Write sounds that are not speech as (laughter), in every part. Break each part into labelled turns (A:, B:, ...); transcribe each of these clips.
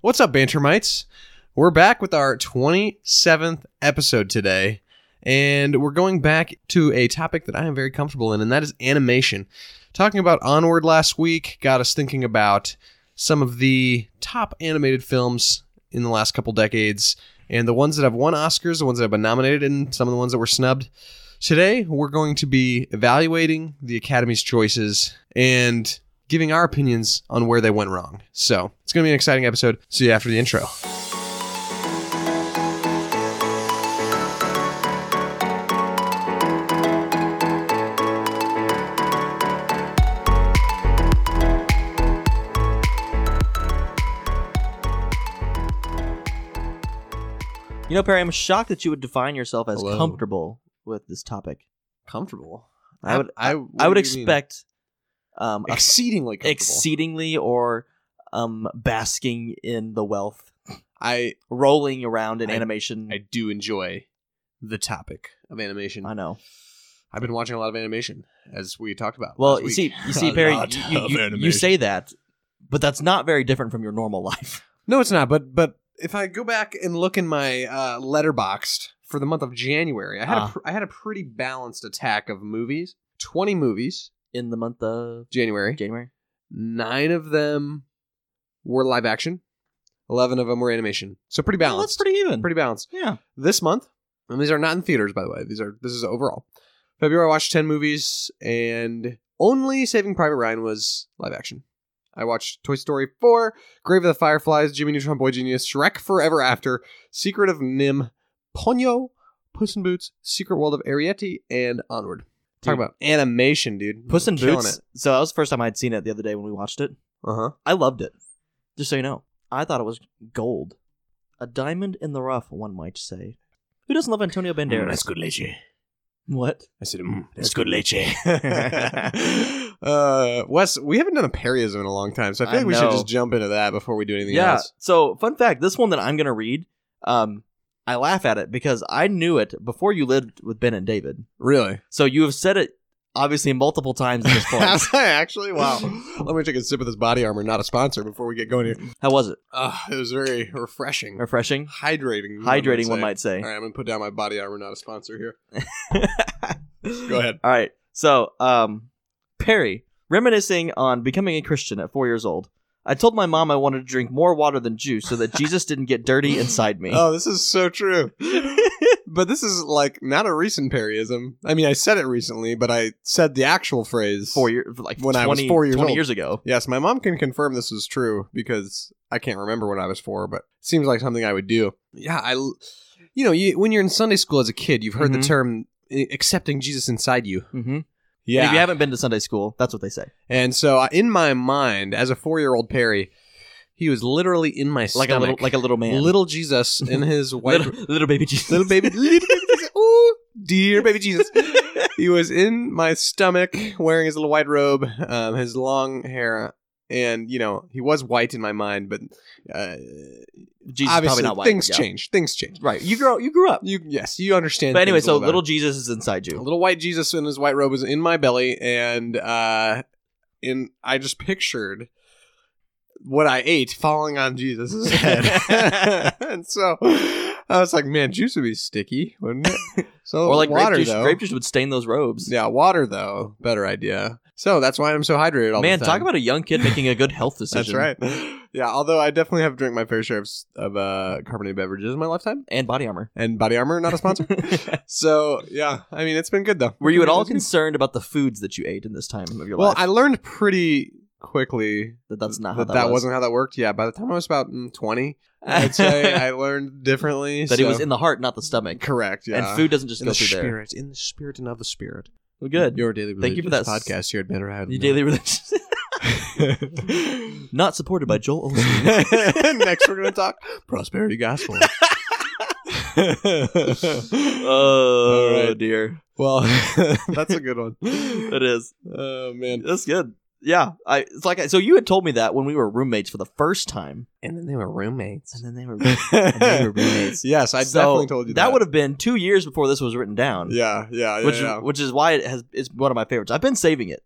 A: What's up, Bantermites? We're back with our 27th episode today, and we're going back to a topic that I am very comfortable in, and that is animation. Talking about Onward last week got us thinking about some of the top animated films in the last couple decades, and the ones that have won Oscars, the ones that have been nominated, and some of the ones that were snubbed. Today, we're going to be evaluating the Academy's choices and giving our opinions on where they went wrong. So it's going to be an exciting episode. See you after the intro.
B: You know, Perry, I'm shocked that you would define yourself as
A: Hello.
B: comfortable with this topic.
A: Comfortable.
B: I would, I,
A: what
B: I would
A: do you mean?
B: expect, um, a-
A: exceedingly comfortable.
B: exceedingly or, um, basking in the wealth,
A: I
B: rolling around in
A: I-
B: animation.
A: I do enjoy the topic of animation.
B: I know.
A: I've been watching a lot of animation as we talked about.
B: Well,
A: last
B: you
A: week.
B: see, you see,
A: A
B: Perry,
A: lot
B: you, you,
A: of
B: you- you
A: animation.
B: say that, but that's not very different from your normal life. (laughs)
A: no, it's not. But but if I go back and look in my uh, letterboxed for the month of January, I had a
B: Ah.
A: pr- I had a pretty balanced attack of movies. Twenty movies,
B: In the month of
A: January.
B: January,
A: Nine of them were live action. Eleven of them were animation. So pretty
B: Well, that's
A: balanced.
B: pretty even.
A: pretty balanced.
B: yeah,
A: This month, and these are not in theaters, by the way. These are this is overall. February I watched ten movies, and only Saving Private Ryan was live action. I watched Toy Story 4, Grave of the Fireflies, Jimmy Neutron Boy Genius, Shrek Forever After, Secret of Nim, Ponyo, Puss in Boots, Secret World of Arietti, and Onward. Talk
B: Dude.
A: about animation, dude.
B: Puss in
A: Killing
B: Boots.
A: it.
B: So that was the first time I'd seen it the other day when we watched it.
A: Uh-huh.
B: I loved it. Just so you know, I thought it was gold. A diamond in the rough, one might say. Who doesn't love Antonio Banderas?
A: Mm-hmm. good leche.
B: (laughs) What?
A: I said, mm, that's good leche. (laughs) uh, Wes, we haven't done a Perryism in a long time, so I feel
B: I
A: like we should
B: know.
A: just jump into that before we do anything
B: yeah.
A: else.
B: So, fun fact: this one that I'm gonna read, um, I laugh at it because I knew it before you lived with Ben and David.
A: Really?
B: So you have said it obviously multiple times at
A: (laughs)
B: this point.
A: Have I actually? Wow. Let me take a sip of this body armor, not a sponsor, before we get going here.
B: How was it?
A: Uh, it was very refreshing.
B: Refreshing,
A: Hydrating.
B: hydrating, one might say.
A: All right, I'm going to put down my body armor, not a sponsor here. Go
B: (laughs)
A: ahead.
B: All right. So, um, Perry, reminiscing on becoming a Christian at four years old, I told my mom I wanted to drink more water than juice so that Jesus didn't get dirty inside me.
A: (laughs) Oh, this is so
B: (laughs)
A: true. but this is like not a recent Perryism. I mean, I said it recently, but I said the actual phrase
B: four year, like
A: When
B: 20,
A: I was four years
B: 20
A: old.
B: years ago.
A: Yes, my mom can confirm this is true because I can't remember when I was four, but it seems like something I would do. Yeah, I, l- you know, you, when you're in Sunday school as a kid, you've heard
B: Mhm.
A: the term eh, accepting Jesus inside you.
B: hmm
A: Mm-hmm. Yeah.
B: if you haven't been to Sunday school, that's what they say.
A: and so I- in my mind, as a four year old Perry, he was literally in my
B: Like a little,
A: stomach.
B: like a little man,
A: little Jesus in his white
B: (laughs) little, little baby (laughs) Jesus,
A: little baby, little baby Jesus. Ooh, dear baby Jesus. he was in my stomach wearing his little white robe, um, his long hair. And you know he was white in my mind, but uh,
B: Jesus is
A: obviously
B: probably not white.
A: things
B: yeah.
A: change. Things change.
B: Right, you grow, you grew up.
A: You yes, you understand.
B: But anyway,
A: things a
B: so
A: little,
B: little Jesus is inside
A: better.
B: you.
A: little white Jesus in his white robe was in my belly, and uh, in I just pictured what I ate falling on (laughs) Jesus' head, and so I was like, man, juice would be sticky, wouldn't (laughs) it? So
B: Or like
A: water
B: grape juice,
A: though.
B: grape juice would stain those robes.
A: Yeah, water though, better idea. So that's why I'm so hydrated all
B: Man,
A: the
B: talk
A: time.
B: about a young kid making a good health
A: (laughs)
B: decision.
A: that's right. (laughs) Yeah, although I definitely have drank my fair share of, s- of uh, carbonated beverages in my lifetime,
B: And body armor.
A: and Body Armor not a
B: (laughs)
A: sponsor. so yeah, I mean it's been good though.
B: Were you at all
A: It's been-
B: concerned about the foods that you ate in this time of your
A: well,
B: life?
A: I learned pretty quickly
B: that that's not how
A: that
B: that,
A: that,
B: was.
A: wasn't how that worked. Yeah, by the time I was about mm, 20, I'd
B: (laughs)
A: say I learned differently.
B: that it
A: so-
B: was in the heart, not the stomach.
A: correct. (laughs) Yeah,
B: And food doesn't just
A: in
B: go
A: the
B: through there.
A: spirit, in the spirit and of the spirit.
B: Well, good.
A: Your daily
B: Thank you for
A: religious
B: that s-
A: podcast here at Better Island.
B: Your daily religious. (laughs) not supported by Joel Olstein.
A: (laughs) Next, we're going to talk prosperity gospel.
B: oh
A: All right.
B: dear,
A: (laughs) well, (laughs) that's a good one.
B: it is.
A: Oh man!
B: That's good. Yeah, I. It's like I, so. You had told me that when we were roommates for the first time,
A: And then they were roommates.
B: and then they were.
A: they
B: were roommates.
A: Yes, (laughs) I
B: So,
A: definitely told you that.
B: would have been two years before this was written down.
A: Yeah, yeah, yeah.
B: Which,
A: yeah.
B: which is why it has it's one of my favorites. I've been saving it.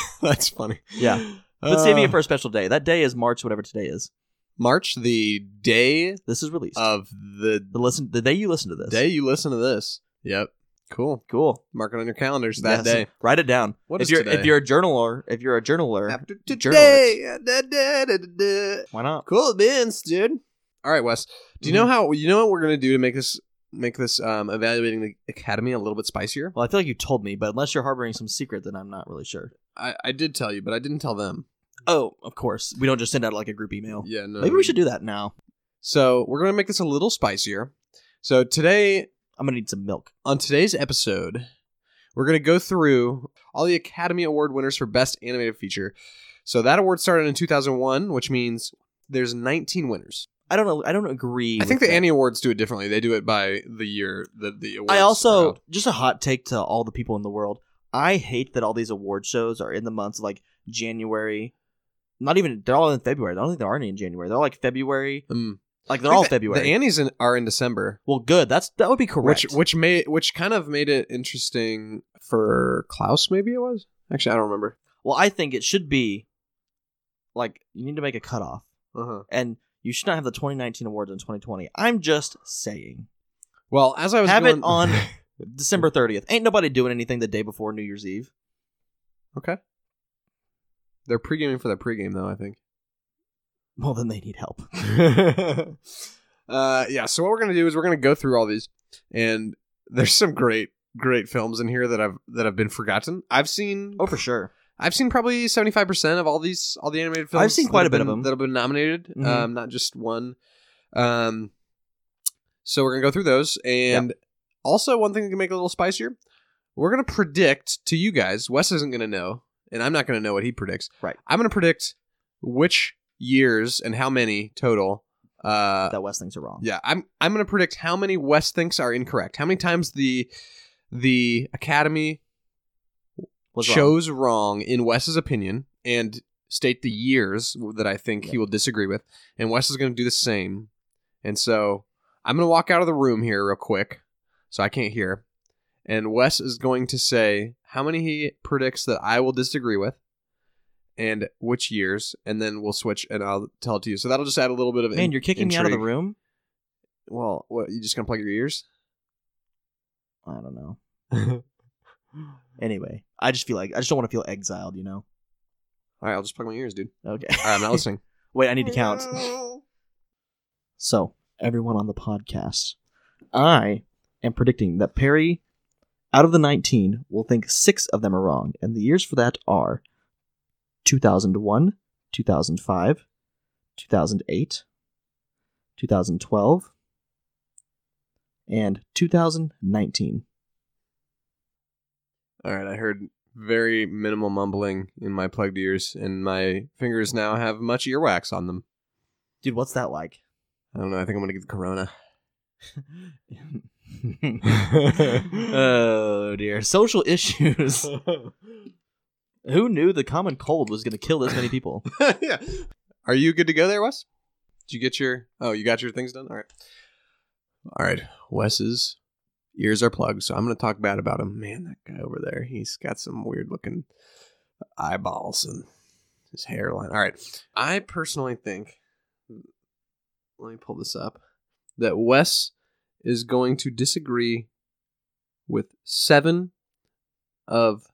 A: (laughs) That's funny.
B: Yeah. But
A: Uh,
B: saving it for a special day. That day is March, whatever today is.
A: March, the day
B: This is released.
A: of the
B: the listen the day you listen to this.
A: Uh. day you listen to this. Yep. Cool.
B: Cool.
A: Mark it on your calendars that
B: Yes.
A: day.
B: Write it down.
A: What
B: if
A: is
B: you're
A: today?
B: if you're a journaler, if you're a journaler,
A: after
B: today,
A: today.
B: why not?
A: Cool bins, dude. All right, Wes. Do you know
B: Mhm.
A: how you know what we're gonna do to make this make this um, evaluating the academy a little bit spicier?
B: Well, I feel like you told me, but unless you're harboring some secret, then I'm not really sure.
A: I, I did tell you, but I didn't tell them.
B: Oh, of course. We don't just send out like a group email.
A: Yeah, no.
B: Oh, Maybe we should do that now.
A: So we're gonna make this a little spicier. So today,
B: I'm gonna need some milk.
A: on today's episode, we're going to go through all the Academy Award winners for Best Animated Feature. So that award started in 2001, which means there's 19 winners.
B: I don't know. I don't agree.
A: I think the
B: with that.
A: Annie Awards do it differently. They do it by the year that the awards.
B: I
A: are
B: also
A: out.
B: just a hot take to all the people in the world. I hate that all these award shows are in the months of, like January. Not even they're all in February. I don't think there are any in January. They're all, like February.
A: Mm.
B: Like
A: I
B: they're
A: think
B: all
A: the-
B: February.
A: The Annies in, are in December,
B: well, good. That's that would be correct.
A: which which made which kind of made it interesting for Klaus. Maybe it was actually I don't remember.
B: well, I think it should be like you need to make a cutoff,
A: Uh-huh.
B: and you should not have the 2019 awards in 2020. I'm just saying.
A: Well, as I was
B: Have it
A: going-
B: on- December 30th. Ain't nobody doing anything the day before New Year's Eve.
A: okay. (laughs) They're pregaming for that pregame though. I
B: (laughs)
A: think.
B: Well, then they
A: (laughs)
B: need help.
A: uh, yeah. So what we're gonna do is we're gonna go through all these, and there's some great, great films in here that I've that have been forgotten. I've seen,
B: Oh, for sure.
A: I've seen probably 75 percent of all these, all the animated films.
B: I've seen
A: that
B: quite a
A: have
B: bit
A: been-
B: of 'em.
A: that have been nominated.
B: Mhm.
A: Um, not just one. Um, so we're gonna go through those, and also one thing that can make it a little spicier, we're gonna predict to you guys. Wes isn't gonna know, and I'm not gonna know what he predicts.
B: Right.
A: I'm gonna predict which years and how many total. Uh,
B: That West things are wrong.
A: yeah, I'm I'm going to predict how many West thinks are incorrect. How many times the the Academy
B: Was wrong.
A: chose wrong. in Wes's opinion and state the years that I think he
B: Yeah.
A: will disagree with. And Wes is going to do the same. And so I'm going to walk out of the room here real quick so I can't hear. And Wes is going to say how many he predicts that I will disagree with and which years and then we'll switch and I'll tell it to you. So that'll just add a little bit of
B: Man, you're kicking me out of the
A: intrigue.
B: room?
A: Well, what you just gonna plug your ears?
B: I don't know. Anyway, I just feel like I just don't want to feel exiled, you know?
A: All right, I'll just plug my ears, dude.
B: Okay. (laughs)
A: All right, I'm not listening.
B: Wait, I need
A: (laughs)
B: to count. So, everyone on the podcast, I am predicting that Perry, out of the 19, will think six of them are wrong. And the years for that are 2001, 2005, 2008, 2012, and 2019.
A: All right, I heard very minimal mumbling in my plugged ears, and my fingers now have much earwax on them.
B: Dude, what's that like?
A: I don't know. I think I'm gonna get the corona. (laughs)
B: oh dear. Social issues. Who knew the common cold was going to kill this many people?
A: yeah. Are you good to go there, Wes? Did you get your? Oh, you got your things done. All right. All right. Wes's ears are plugged, so I'm gonna talk bad about him. Man, that guy over there, he's got some weird looking eyeballs and his hairline. All right. I personally think. Let me pull this up. That Wes is going to disagree with seven of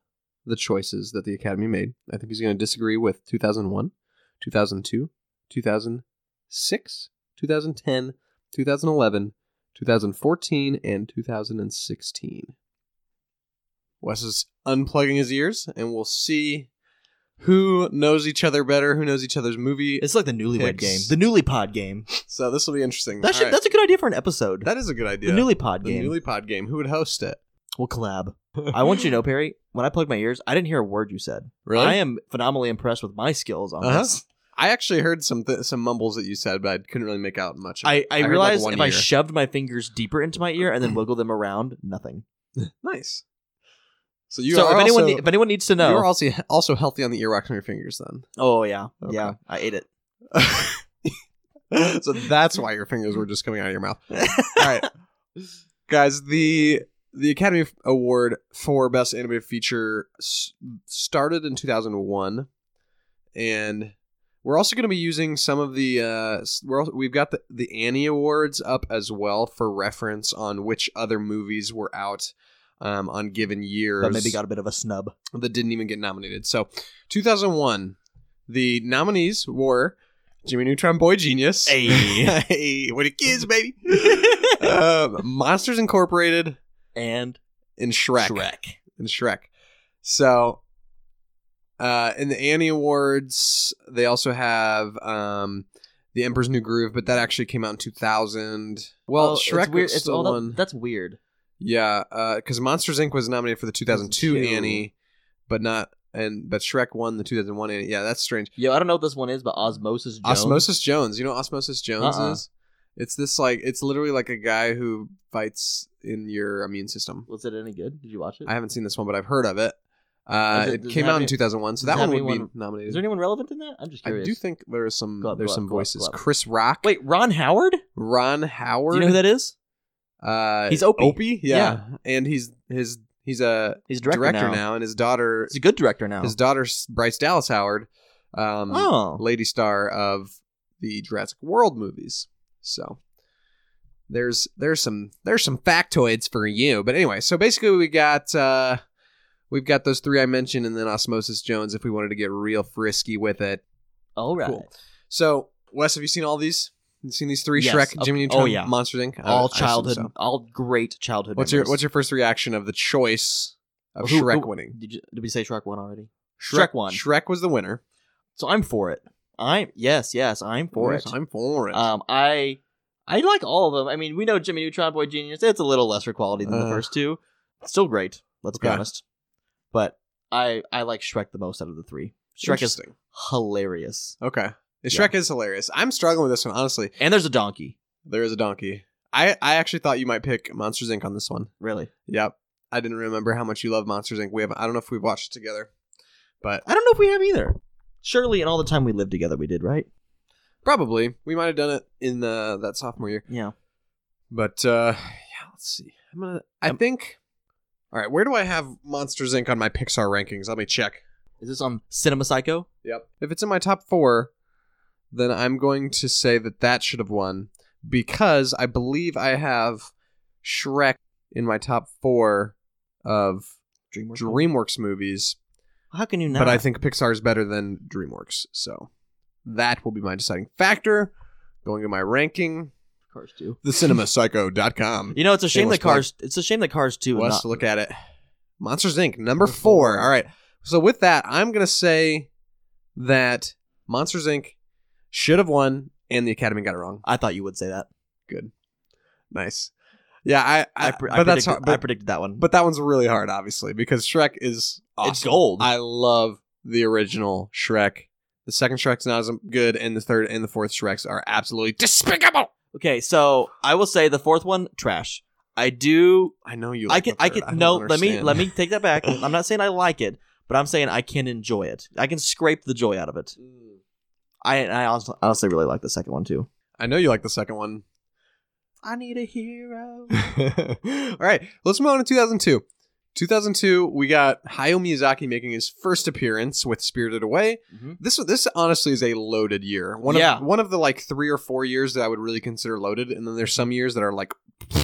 A: the choices that the Academy made. I think he's going to disagree with 2001, 2002, 2006, 2010, 2011, 2014, and 2016. Wes is unplugging his ears, and we'll see who knows each other better, who knows each other's movie.
B: It's like the newlywed game,
A: Picks.
B: the newly pod game.
A: So this will be interesting.
B: That should,
A: All right.
B: That's a good idea for an episode.
A: That is a good idea.
B: The newly pod
A: The
B: game.
A: newly pod game. Who would host it?
B: we'll collab. I want you to know, Perry, when I plugged my ears, I didn't hear a word you said.
A: (laughs) Really?
B: I am phenomenally impressed with my skills on
A: Uh-huh.
B: this.
A: I actually heard some th- some mumbles that you said, but I couldn't really make out much. of it.
B: I, I,
A: heard, like,
B: realized
A: one
B: if I
A: ear.
B: shoved my fingers deeper into my ear
A: (clears throat)
B: and then wiggled them around, nothing.
A: Nice. So you
B: so
A: are
B: if anyone
A: also,
B: if anyone needs to know,
A: you're also also healthy on the earwax on your fingers then.
B: oh yeah,
A: Okay.
B: yeah, I ate it.
A: (laughs) so that's why your fingers were just coming out of your
B: (laughs)
A: mouth. All right, guys. The the Academy Award for Best Animated Feature s- started in 2001, and We're also going to be using some of the uh, s- we're also, we've got the, the Annie Awards up as well for reference on which other movies were out um, on given years
B: That maybe got a bit of a snub.
A: that didn't even get nominated. So, 2001, the nominees were Jimmy Neutron Boy Genius. (laughs)
B: Hey.
A: hey what it is, baby. um, Monsters Incorporated
B: (laughs) and
A: and Shrek.
B: Shrek.
A: And Shrek. So, uh, in the Annie Awards, they also have um, The Emperor's New Groove, but that actually came out in 2000. Well,
B: Oh,
A: Shrek
B: it's weird.
A: was
B: it's
A: still
B: all that-
A: one.
B: That's weird.
A: Yeah, because Monsters Inc. was nominated for the 2002
B: 2002.
A: Annie, but not and but Shrek won the 2001 Annie. Yeah, that's strange.
B: Yo, I don't know what this one is, but Osmosis Jones.
A: Osmosis Jones, you know what Osmosis Jones
B: Uh-uh.
A: is? It's this like it's literally like a guy who fights in your immune system.
B: Was it any good? Did you watch it?
A: I haven't seen this one, but I've heard of it. Uh,
B: Does it-
A: it
B: does it
A: came
B: have
A: out in
B: any-
A: 2001, so
B: does
A: that
B: it
A: one
B: have
A: would be
B: anyone-
A: nominated.
B: Is there anyone relevant in that? I'm just
A: I
B: curious.
A: do think there is some
B: Go up,
A: there's
B: go up,
A: some
B: go up,
A: voices.
B: go up.
A: Chris Rock,
B: Wait, Ron Howard?
A: Ron Howard.
B: Do you know who that is?
A: Uh,
B: He's Opie.
A: Opie, yeah. and he's his he's a
B: He's a
A: director,
B: director,
A: now. and his daughter
B: He's a good director now.
A: His daughter's Bryce Dallas Howard, um,
B: oh,
A: lady star of the Jurassic World movies. So there's there's some there's some factoids for you. But anyway, so basically we got uh, we've got those three I mentioned, and then Osmosis Jones if we wanted to get real frisky with it.
B: all right.
A: Cool. So Wes, have you seen all these? You seen these three
B: Yes,
A: Shrek,
B: of-
A: Jimmy
B: oh,
A: Neutron,
B: yeah.
A: Monsters Inc. Uh, I- I
B: All
A: assume
B: childhood,
A: so.
B: all great childhood.
A: What's your What's your first reaction of the choice of
B: Who-
A: Shrek
B: who-
A: winning?
B: Did, you, did we say Shrek one already? Shrek won.
A: Shrek was the winner.
B: So I'm for it. I'm yes, yes, I'm for
A: Yes,
B: it.
A: I'm for it.
B: Um, I I like all of them. I mean, we know Jimmy Neutron, Boy Genius. It's a little lesser quality than the
A: Uh.
B: first two. It's still great. Let's be
A: Okay.
B: honest. But I I like Shrek the most out of the three. Shrek is
A: Interesting.
B: hilarious.
A: Okay. And
B: Yeah.
A: Shrek is hilarious. I'm struggling with this one, honestly.
B: And there's a donkey.
A: There is a donkey. I, I actually thought you might pick Monsters Inc. on this one.
B: Really.
A: Yep. I didn't remember how much you love Monsters Inc. We have I don't know if we've watched it together. But
B: I don't know if we have either. Surely, in all the time we lived together, we did right.
A: probably. We might have done it in the that sophomore year.
B: Yeah.
A: But uh yeah, let's see. I'm gonna I think all right, where do I have Monsters Inc. on my Pixar rankings? Let me check.
B: Is this on Cinema Psycho?
A: Yep. If it's in my top four, then I'm going to say that that should have won because I believe I have Shrek in my top four of
B: DreamWorks.
A: DreamWorks movies,
B: How can you not?
A: but I think Pixar is better than DreamWorks. So that will be my deciding factor going to my ranking.
B: of course do.
A: TheCinemaPsycho.com.
B: You know, it's a shame
A: Shameless
B: that Cars. It's a shame that Cars Two was
A: Let's
B: not.
A: look at it. Monsters Inc. Number four. All right. So with that, I'm gonna say that Monsters Inc. should have won, and the Academy got it wrong.
B: I thought you would say that.
A: Nice. Yeah, I. I,
B: I, pre-
A: but
B: I,
A: that's
B: predicted,
A: hard,
B: I
A: but,
B: predicted that one.
A: but that one's really hard, obviously, because Shrek is awesome.
B: It's gold.
A: I love the original Shrek. The second Shrek's not as good, and the third and the fourth Shreks are absolutely despicable.
B: Okay, so I will say the fourth one trash. I do.
A: I know you.
B: I
A: like
B: can.
A: the
B: I
A: third.
B: can.
A: don't
B: no, let me.
A: understand. (laughs)
B: Let me take that back. I'm not saying I like it, but I'm saying I can enjoy it. I can scrape the joy out of it. I I honestly, honestly really like the second one too.
A: I know you like the second one.
B: I need a hero.
A: (laughs) All right, let's move on to 2002. 2002, we got Hayao Miyazaki making his first appearance with Spirited Away.
B: Mhm.
A: This this honestly is a loaded year. One
B: Yeah.
A: of one of the like three or four years that I would really consider loaded, and then there's some years that are like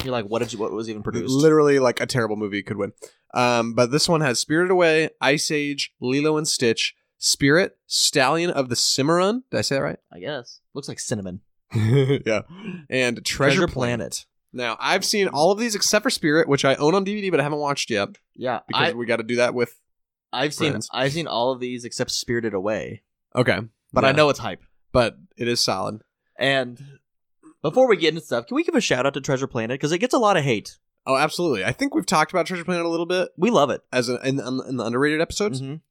B: You're like, what did you? What was even produced?
A: literally like a terrible movie could win. Um, but this one has Spirited Away, Ice Age, Lilo and Stitch, Spirit, Stallion of the Cimarron. Did I say that right?
B: I guess looks like cinnamon.
A: (laughs) yeah, and Treasure,
B: Treasure
A: Planet.
B: Planet.
A: Now I've seen all of these except for Spirit, which I own on DVD but I haven't watched yet.
B: Yeah,
A: because we got to do that with.
B: I, I've seen
A: friends.
B: I've seen all of these except Spirited Away,
A: Okay,
B: but I
A: Yeah.
B: know it's hype.
A: but it is solid.
B: And before we get into stuff, can we give a shout out to Treasure Planet because it gets a lot of hate.
A: Oh, absolutely. I think we've talked about Treasure Planet a little bit
B: We love it.
A: as an, in, in the underrated episodes.
B: Mhm.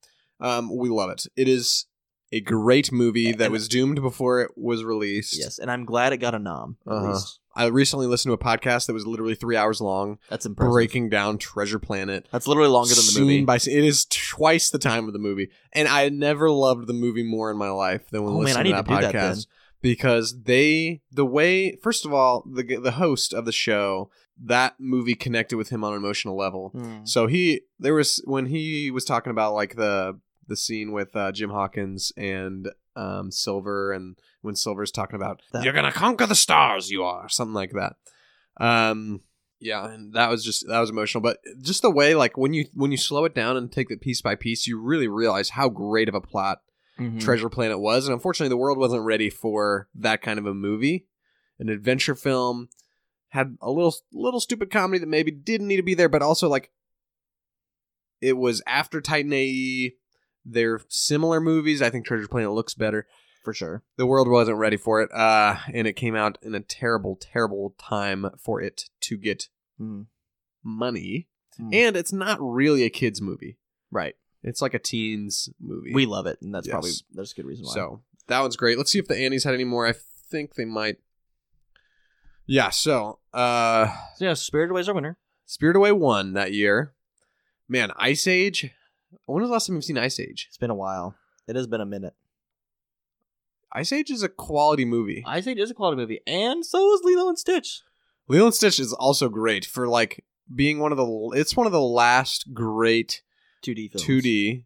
A: Um, we love it. It is a great movie that was doomed before it was released.
B: Yes, and I'm glad it got a nom. At
A: Uh-huh.
B: least.
A: I recently listened to a podcast that was literally three hours long,
B: That's impressive.
A: breaking down Treasure Planet.
B: That's literally longer than the
A: scene
B: movie.
A: By, scene. it is twice the time of the movie, and I never loved the movie more in my life than when
B: Oh, man, I
A: listening
B: need
A: to that
B: to do
A: podcast
B: that then.
A: because they the way first of all the g- the host of the show that movie connected with him on an emotional level.
B: Hmm. Mm.
A: So he there was when he was talking about like the the scene with uh, Jim Hawkins and um, Silver, and when Silver's talking about
B: That-
A: "You're gonna conquer the stars," you are something like that. Um, yeah, and that was just that was emotional, but just the way like when you when you slow it down and take it piece by piece, you really realize how great of a plot
B: Hmm.
A: Treasure Planet was, and unfortunately, the world wasn't ready for that kind of a movie. An adventure film had a little little stupid comedy that maybe didn't need to be there, but also like it was after Titan AE. They're similar movies. I think Treasure Planet looks better.
B: for sure.
A: The world wasn't ready for it, uh, and it came out in a terrible, terrible time for it to get
B: Mm.
A: money.
B: Mm.
A: And it's not really a kids movie.
B: Right.
A: It's like a teens movie.
B: We love it, and that's probably
A: Yes.
B: there's a good reason why.
A: So that one's great. Let's see if the Annies had any more. I think they might. Yeah, so uh
B: So, yeah, Spirited Away's our winner.
A: Spirit Away won that year. Man, Ice Age. When was the last time you've seen Ice Age?
B: It's been a while. It has been a minute.
A: Ice Age is a quality movie.
B: I say it is a quality movie, and so is Lilo and Stitch.
A: Lilo and Stitch is also great for like being one of the it's one of the last great
B: 2D films.
A: 2D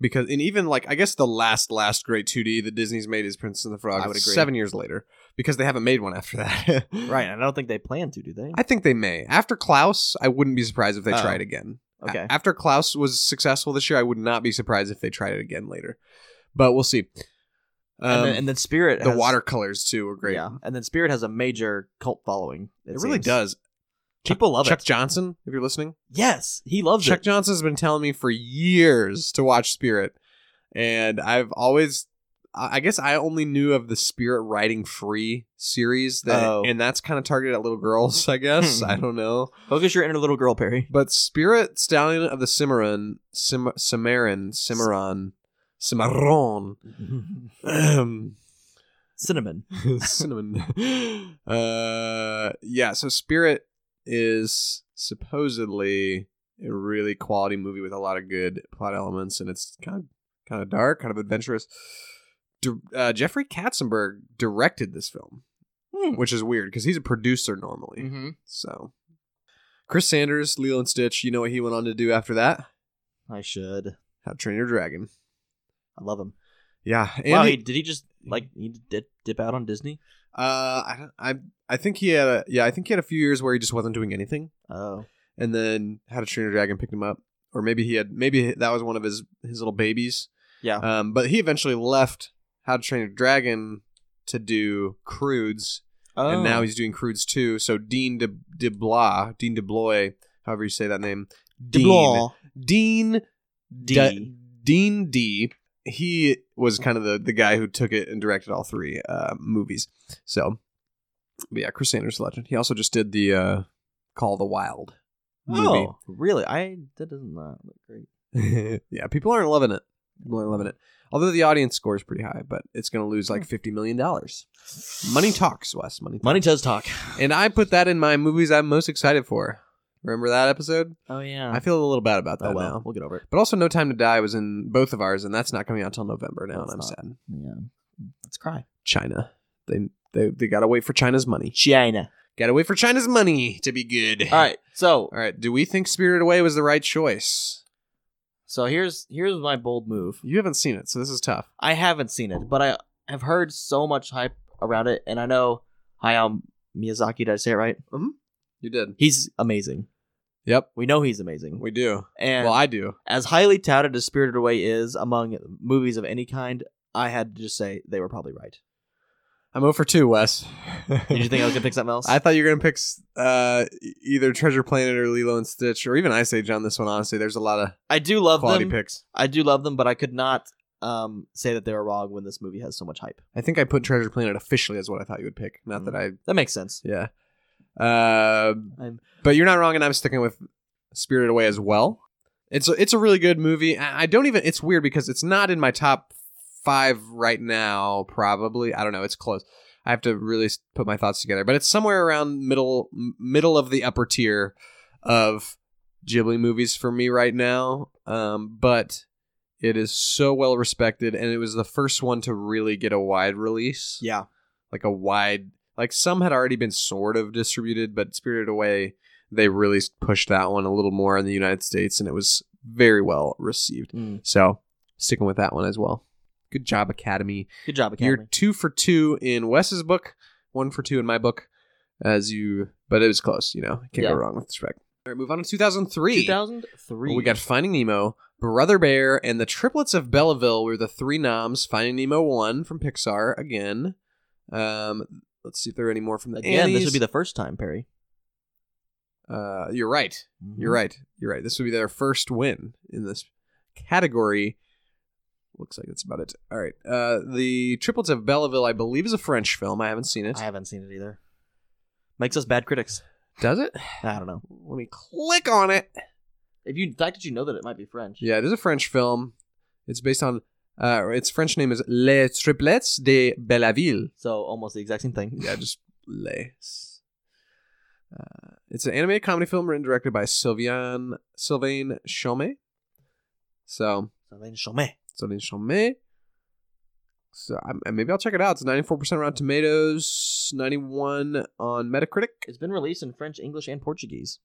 A: because and even like I guess the last last great 2D that Disney's made is Princess and the Frog.
B: I would
A: It's
B: agree.
A: 7 years later because they haven't made one after that. (laughs)
B: Right, and I don't think they plan to, do they?
A: I think they may. After Klaus, I wouldn't be surprised if they
B: Oh.
A: tried again. A-
B: okay.
A: after Klaus was successful this year, I would not be surprised if they tried it again later. But we'll see. Um,
B: and, then, and then Spirit
A: the
B: has,
A: watercolors too were great.
B: Yeah, and then Spirit has a major cult following.
A: it,
B: It,
A: really
B: seems.
A: does.
B: People love
A: Chuck
B: it.
A: Johnson, if you're listening,
B: Yes, he loves
A: Chuck
B: it.
A: Johnson's been telling me for years to watch Spirit, and I've always. I I guess I only knew of the Spirit Writing Free series that,
B: Oh.
A: and that's kind of targeted at little girls. I
B: (laughs)
A: guess I don't know.
B: Focus your inner little
A: (laughs)
B: girl, Perry.
A: But Spirit Stallion of the Cimarron, Cim- Cimarron, Cimarron, Cimarron, ahem, (laughs)
B: Cinnamon.
A: cinnamon. uh, yeah. So Spirit is supposedly a really quality movie with a lot of good plot elements, and it's kind of kind of dark, kind of adventurous. Di- uh, Jeffrey Katzenberg directed this film,
B: Hmm.
A: which is weird because he's a producer normally.
B: Mm-hmm.
A: So, Chris Sanders, Lilo and Stitch. You know what he went on to do after that?
B: I should.
A: How to Train Your Dragon.
B: I love him.
A: Yeah, and
B: wow,
A: he-
B: he, did he just like he did dip out on Disney?
A: uh, I, don't- I I think he had a yeah, I think he had a few years where he just wasn't doing anything,
B: Oh,
A: and then How to Train Your Dragon picked him up, or maybe he had maybe that was one of his his little babies.
B: yeah.
A: Um, but he eventually left How to Train Your Dragon to do Crudes,
B: oh.
A: and now he's doing Crudes too. So Dean De DeBlois, Dean DeBlois, however you say that name, Dean
B: Dean.
A: Dean
B: D.
A: D- Dean D. He was kind of the, the guy who took it and directed all three uh, movies. So, but yeah, Chris Sanders, legend. He also just did the uh, Call of the Wild movie.
B: Oh, really? I that does not look great.
A: (laughs) yeah, people aren't loving it. People aren't loving it. Although the audience score is pretty high, but it's going to lose like $50 million. Money talks, Wes. Money
B: Money does talk.
A: And I put that in my movies I'm most excited for. Remember that episode?
B: Oh yeah.
A: I feel a little bad about that
B: oh well,
A: now.
B: we'll get over it.
A: But also, No Time to Die was in both of ours, and that's not coming out till November now,
B: No,
A: and I'm
B: it's
A: sad.
B: Yeah. Let's cry.
A: China. They they they gotta wait for China's money.
B: China.
A: Gotta wait for China's money to be good.
B: All right. So
A: (laughs) All right. Do we think Spirited Away was the right choice?
B: so here's here's my bold move.
A: You haven't seen it, so this is tough.
B: I haven't seen it, but I have heard so much hype around it, and I know Hayao Miyazaki. Did I say it right?
A: You did.
B: He's amazing.
A: Yep.
B: We know he's amazing.
A: We do.
B: and
A: well, I do.
B: as highly touted as Spirited Away is among movies of any kind, I had to just say they were probably right.
A: I'm 0 for 2, Wes.
B: (laughs) Did you think I was gonna pick (laughs) something
A: (laughs)
B: else?
A: I thought you were gonna pick uh, either Treasure Planet or Lilo and Stitch or even Ice Age on this one. Honestly, there's a lot of
B: I do love
A: quality
B: them.
A: picks.
B: I do love them, but I could not um, say that they were wrong when this movie has so much hype.
A: I think I put Treasure Planet officially as what I thought you would pick. Not that I
B: That makes sense.
A: Yeah. Uh,
B: I'm-
A: but you're not wrong, and I'm sticking with Spirited Away as well. It's a, it's a really good movie. I I don't even. It's weird because it's not in my top five right now. Probably I don't know. It's close. I have to really s- put my thoughts together, but it's somewhere around middle m- middle of the upper tier of Ghibli movies for me right now. Um, but it is so well respected, and it was the first one to really get a wide release
B: Yeah,
A: like a wide like some had already been sort of distributed but spirited away they really pushed that one a little more in the
B: Hmm.
A: united states and it was very well received so sticking with that one as well Good job, Academy.
B: Good job, Academy.
A: You're two for two in Wes's book, one for two in my book, as you. But it was close. You know, can't
B: Yeah.
A: go wrong with this track. All right, move on to 2003.
B: 2003.
A: Well, we got Finding Nemo, Brother Bear, and the Triplets of Belleville were the three noms. Finding Nemo one from Pixar again. Um, let's see if there are any more from the
B: again. This
A: Annies.
B: would be the first time, Perry.
A: Uh, you're right. You're
B: Mhm.
A: right. You're right. This would be their first win in this category. Looks like that's about it. All right. Uh, the Triplets of Belleville, I believe, is a French film. I haven't seen it.
B: I haven't seen it either. Makes us bad (sighs) critics.
A: Does it?
B: I don't know.
A: Let me click on it.
B: If you, in fact, did you know that it might be French?
A: Yeah, it is a French film. It's based on. Uh, its French name is Les Triplets de Belleville.
B: So almost the exact same thing.
A: Yeah, just Les. Uh, it's an animated comedy film written and directed by Sylvain Sylvain Chomet. So
B: Sylvain Chomet.
A: So then Chaumet. So I, I- maybe I'll check it out. It's 94% Rotten Tomatoes, 91 on Metacritic.
B: It's been released in French, English, and Portuguese.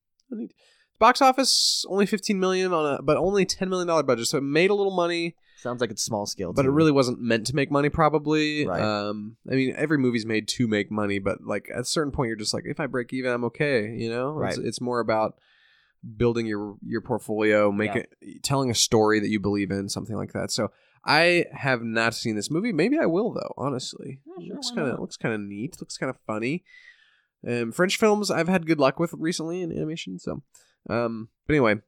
A: Box office only 15 million on a but only 10 million dollar budget. So it made a little money,
B: Sounds like it's small scale,
A: but it
B: too.
A: really wasn't meant to make money probably.
B: Mm-hmm. Right.
A: Um I mean every movie's made to make money, but like at a certain point you're just like if I break even I'm okay, you know? It's
B: Right.
A: it's more about building your your portfolio, make
B: Yeah.
A: it telling a story that you believe in, something like that. So I have not seen this movie. Maybe I will though. Honestly,
B: Yeah, sure,
A: looks
B: why
A: kind of
B: not?
A: looks kind of neat. Looks kind of funny. Um, French films I've had good luck with recently in animation. So, um, but anyway,
B: So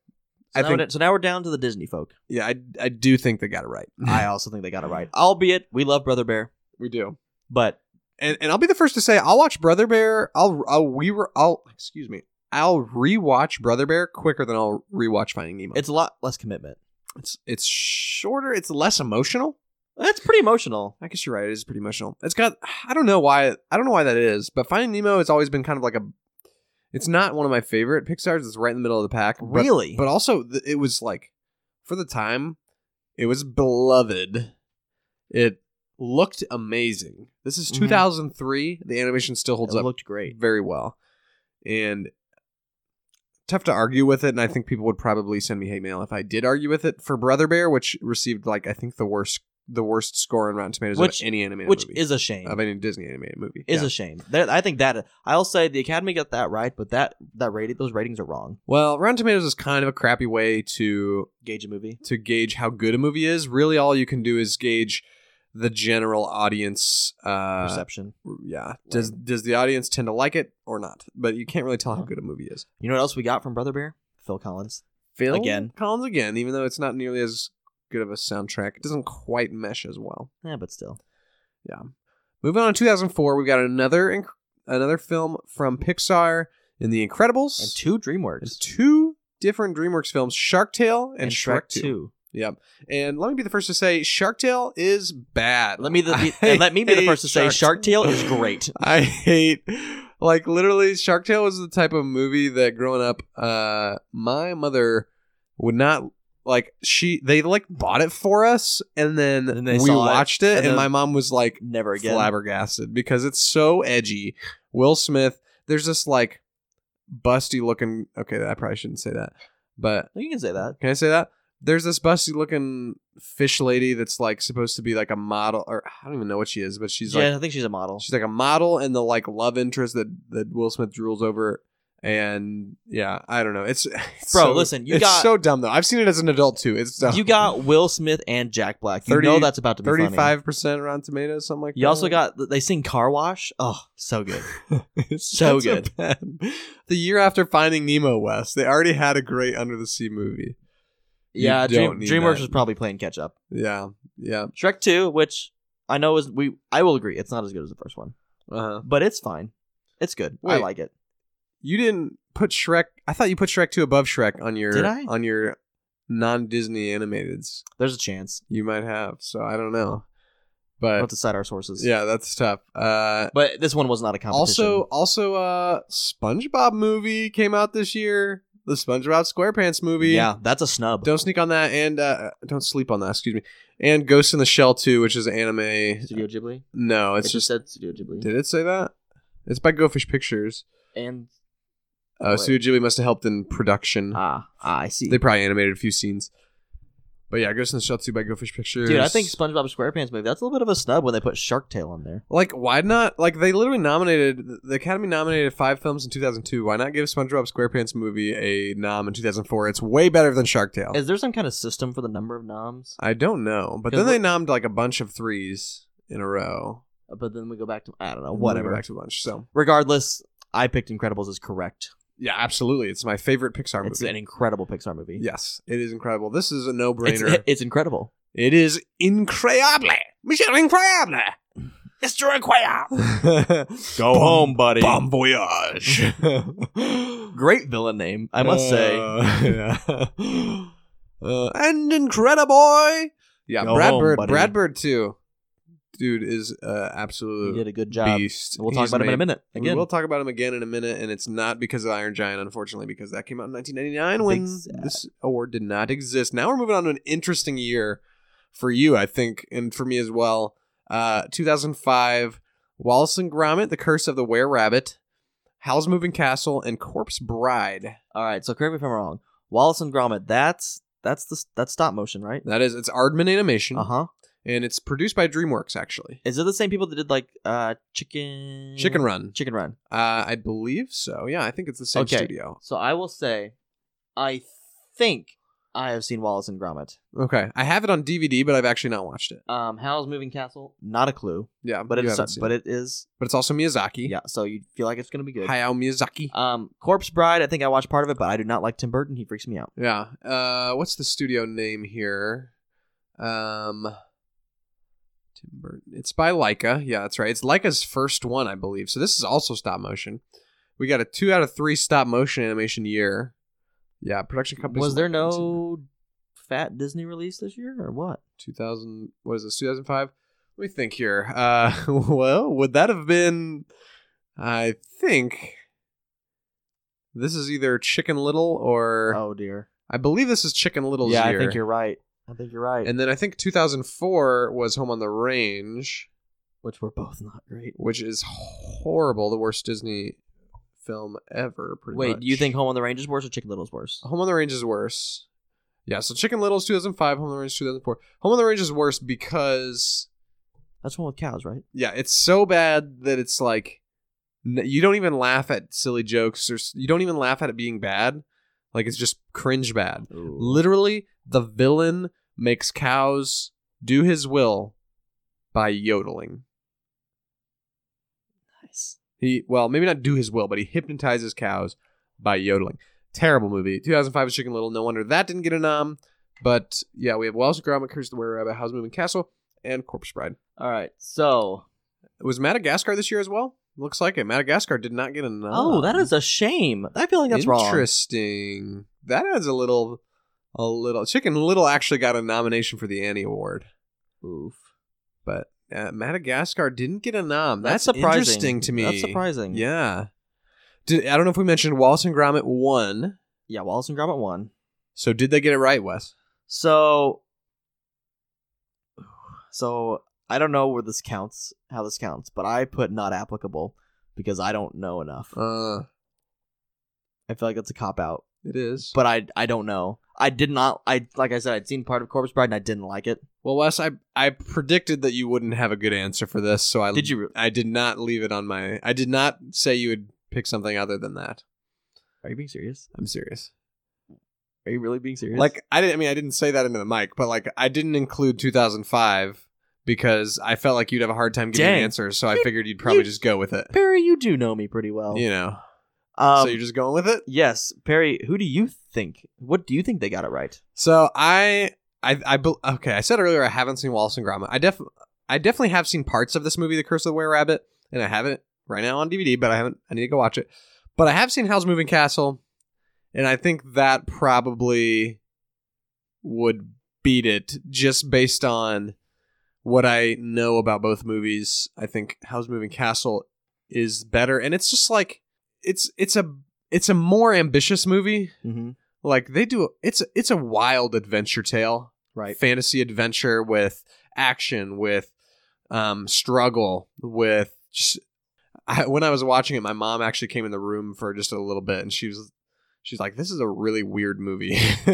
A: I
B: now
A: think-
B: we're- so now we're down to the Disney folk.
A: (laughs) yeah, I I do think they got it right.
B: I also think they got it right. (laughs) Albeit, we love Brother Bear,
A: (laughs) we do.
B: but
A: And and I'll be the first to say I'll watch Brother Bear. I'll I'll we were I'll excuse me. I'll rewatch Brother Bear quicker than I'll rewatch Finding Nemo.
B: it's a lot less commitment.
A: it's it's shorter. It's less emotional.
B: That's pretty emotional.
A: I guess you're right. It is pretty emotional. It's got I don't know why I don't know why that is, but Finding Nemo has always been kind of like a. It's not one of my favorite Pixar's. It's right in the middle of the pack. but-
B: Really?
A: but, also th- it was like for the time, it was beloved. It looked amazing. This is
B: Mhm.
A: 2003. The animation still holds
B: it
A: up
B: looked great.
A: very well, and tough to argue with it. And I think people would probably send me hate mail if I did argue with it for Brother Bear, which received like I think the worst the worst score on Rotten Tomatoes
B: Which-
A: of any animated
B: Which
A: movie
B: is a shame.
A: of any Disney animated movie.
B: is
A: Yeah.
B: a shame. That, I think that I'll say the Academy got that right, but that that rated those ratings are wrong.
A: well, Rotten Tomatoes is kind of a crappy way to
B: Gauge a movie.
A: to gauge how good a movie is. Really, all you can do is gauge the general audience. Uh,
B: Perception.
A: Yeah, does does the audience tend to like it or not? But you can't really tell how
B: Mm-hmm.
A: good a movie is.
B: You know what else we got from Brother Bear? Phil Collins.
A: Phil
B: Again.
A: Collins again, even though it's not nearly as good of a soundtrack, it doesn't quite mesh as well.
B: Yeah, but still.
A: Moving on to 2004, we've got another inc- another film from Pixar in The Incredibles
B: And two
A: There's
B: DreamWorks.
A: two different DreamWorks films, Shark Tale and, Shrek, 2.
B: 2.
A: Yep. And let me be the first to say, Shark Tale is bad.
B: Let me the,
A: (laughs) I
B: and let me be the
A: hate
B: first to say Shark Tale is great.
A: (laughs) I hate, like, literally, Shark Tale was the type of movie that growing up, uh, my mother would not like. She they like bought it for us, and then,
B: And they
A: we
B: saw it,
A: watched it,
B: and
A: and,
B: then-
A: my mom was like
B: Never again.
A: flabbergasted because it's so edgy. Will Smith, there's this like busty looking. Okay, I probably shouldn't say that, but
B: You can say that.
A: can I say that? There's this busty looking fish lady that's like supposed to be like a model, or I don't even know what she is, but she's
B: yeah,
A: like
B: I think she's a model.
A: she's like a model and the like love interest that that Will Smith drools over. And yeah, I don't know. It's, (laughs) it's
B: Bro,
A: so-
B: listen, you
A: it's
B: got
A: so dumb though. I've seen it as an adult too. It's dumb.
B: you got Will Smith and Jack Black. You
A: 30
B: know that's about to be funny.
A: thirty-five percent Rotten Tomatoes, something like that.
B: You
A: (laughs)
B: also got they sing Car Wash. Oh, so good.
A: It's
B: So
A: such a
B: good.
A: bad- The year after Finding Nemo, West, they already had a great Under the Sea movie. You
B: Yeah,
A: don't
B: Dream,
A: need
B: DreamWorks
A: that.
B: was probably playing catch up.
A: Yeah, yeah.
B: Shrek Two, which I know is we I will agree, it's not as good as the first one,
A: Uh-huh.
B: but it's fine. It's good. I
A: Wait.
B: like it.
A: You didn't put Shrek. I thought you put Shrek two above Shrek on your
B: Did I?
A: on your non-Disney animateds.
B: There's a chance.
A: You might have, so I don't know.
B: We'll
A: But
B: have to cite our sources.
A: yeah, that's tough. Uh,
B: but this one was not a competition.
A: also, also, uh, SpongeBob movie came out this year. The SpongeBob SquarePants movie.
B: yeah, that's a snub.
A: Don't sneak on that, and uh, don't sleep on that. Excuse me. And Ghost in the Shell two, which is an anime.
B: Studio Ghibli.
A: No,
B: It
A: it's just.
B: said Studio Ghibli.
A: Did it say that? It's by Go Fish Pictures.
B: And
A: Uh,
B: Wait.
A: Studio Ghibli must have helped in production.
B: ah, ah, I see.
A: They probably animated a few scenes. But yeah, Ghost in the Shell 2 by Go Fish Pictures.
B: Dude, I think SpongeBob SquarePants movie. That's a little bit of a snub when they put Shark Tale on there.
A: Like, why not? Like, they literally nominated, the Academy nominated five films in 2002. Why not give SpongeBob SquarePants movie a nom in 2004? It's way better than Shark Tale.
B: Is there some kind of system for the number of noms?
A: I don't know. But
B: 'Cause
A: then they
B: what-
A: nommed, like, a bunch of threes in a row.
B: Uh, But then we go back to I don't
A: And
B: know,
A: then we
B: Uh, whatever.
A: go Back to lunch. So,
B: Regardless, I picked Incredibles as correct.
A: yeah, absolutely. It's my favorite Pixar movie.
B: It's an incredible Pixar movie.
A: Yes, it is incredible. This is a
B: It's,
A: no-brainer.
B: it- it's incredible.
A: it is incredible. Mission
B: (laughs)
A: incredible.
B: Mr. Incredible.
A: Go
B: Go home, buddy.
A: (laughs) Bon voyage.
B: Great villain name, I must say.
A: Uh, yeah. (laughs) Uh, and incredible. Yeah,
B: Go
A: Brad
B: home,
A: Bird.
B: buddy.
A: Brad Bird too. Dude is uh,
B: You
A: absolute
B: did a good job.
A: beast.
B: We'll talk
A: He's
B: about him in a
A: made-
B: minute. Again,
A: We will talk about him again in a minute, and it's not because of Iron Giant, unfortunately, because that came out in 1999 when
B: Exa-
A: this award did not exist. Now we're moving on to an interesting year for you, I think, and for me as well. Uh, 2005, Wallace and Gromit: The Curse of the Were Rabbit, Howl's Moving Castle, and Corpse Bride.
B: All right, so correct me if I'm wrong. Wallace and Gromit. That's that's the that's stop motion, right?
A: That is, it's Aardman Animation,
B: Uh huh.
A: and it's produced by DreamWorks actually.
B: Is it the same people that did like uh chicken
A: Chicken Run,
B: Chicken Run.
A: uh, I believe so. Yeah, I think it's the same
B: Okay.
A: studio.
B: So I will say, I think I have seen Wallace and Gromit.
A: Okay, I have it on DVD, but I've actually not watched it.
B: Um, Howl's Moving Castle. Not a clue,
A: Yeah,
B: but
A: you
B: it's uh,
A: haven't seen
B: but it is
A: but it's also Miyazaki.
B: yeah. So you feel like it's gonna be good.
A: Hayao Miyazaki.
B: Um, Corpse Bride. I think I watched part of it, but I do not like Tim Burton. He freaks me out.
A: yeah. Uh, what's the studio name here? Um, Tim Burton. It's by Leica. Yeah, that's right. It's Leica's first one, I believe. So this is also stop motion. We got a two out of three stop motion animation year. Yeah, production company.
B: Was there no Fat Disney release this year or what?
A: 2000? What is this? 2005. Let me think here. Uh, (laughs) well, would that have been? I think this is either Chicken Little or
B: Oh dear.
A: I believe this is Chicken Little's
B: Yeah,
A: year.
B: I think you're right. I think you're right.
A: And then I think 2004 was Home on the Range,
B: Which were both not great.
A: which is horrible, the worst Disney film ever. Pretty
B: Wait,
A: much.
B: do you think Home on the Range is worse or Chicken Little is worse?
A: Home on the Range is worse? Yeah, so Chicken Little is 2005, Home on the Range is 2004. Home on the Range is worse because
B: That's one with cows, right?
A: yeah, it's so bad that it's like n- you don't even laugh at silly jokes or s- you don't even laugh at it being bad. Like it's just cringe
B: Oh.
A: bad. Literally, the villain makes cows do his will by yodeling.
B: Nice.
A: He well, maybe not do his will, but he hypnotizes cows by yodeling. Terrible movie. 2005 is Chicken Little. No wonder that didn't get a nom. But yeah, we have Wells Gromit, Curse of the Were Rabbit, House Moving Castle, and Corpse Bride.
B: All right, so
A: Was Madagascar this year as well? Looks like it. Madagascar did not get a nom.
B: oh, that is a shame. I feel like that's wrong.
A: interesting. That adds a little, a little. Chicken Little actually got a nomination for the Annie Award.
B: Oof.
A: but uh, Madagascar didn't get a nom. That's,
B: That's surprising.
A: interesting to me.
B: That's surprising.
A: Yeah. Did, I don't know if we mentioned Wallace and Gromit won.
B: Yeah, Wallace and Gromit won.
A: So did they get it right, Wes?
B: So, so I don't know where this counts, how this counts, but I put not applicable because I don't know enough.
A: Uh,
B: I feel like that's a cop out,
A: it is.
B: but I I don't know. I did not. I like I said, I'd seen part of Corpse Bride and I didn't like it.
A: well, Wes, I I predicted that you wouldn't have a good answer for this, so I
B: Did you?
A: I did not leave it on my. I did not say you would pick something other than that.
B: Are you being serious?
A: I'm serious.
B: Are you really being serious?
A: Like I didn't. I mean, I didn't say that into the mic, but like I didn't include 2005 because I felt like you'd have a hard time getting an
B: Dang.
A: answer, so I
B: You-
A: figured you'd probably
B: you-
A: just go with it.
B: Perry, you do know me pretty well.
A: You know.
B: Um,
A: so you're just going with it.
B: yes, Perry. Who do you think? What do you think they got it right?
A: So I, I, I bel okay. I said earlier I haven't seen Wallace and Gromit. I def, I definitely have seen parts of this movie, The Curse of the Were Rabbit, and I have it right now on DVD, but I haven't. I need to go watch it. But I have seen Howl's Moving Castle, and I think that probably would beat it just based on what I know about both movies. I think Howl's Moving Castle is better, and it's just like it's it's a it's a more ambitious movie
B: Mm-hmm.
A: like they do it's it's a wild adventure tale
B: Right.
A: fantasy adventure with action with um struggle with just I, when i was watching it my mom actually came in the room for just a little bit and she was She's like, "This is a really weird movie." (laughs)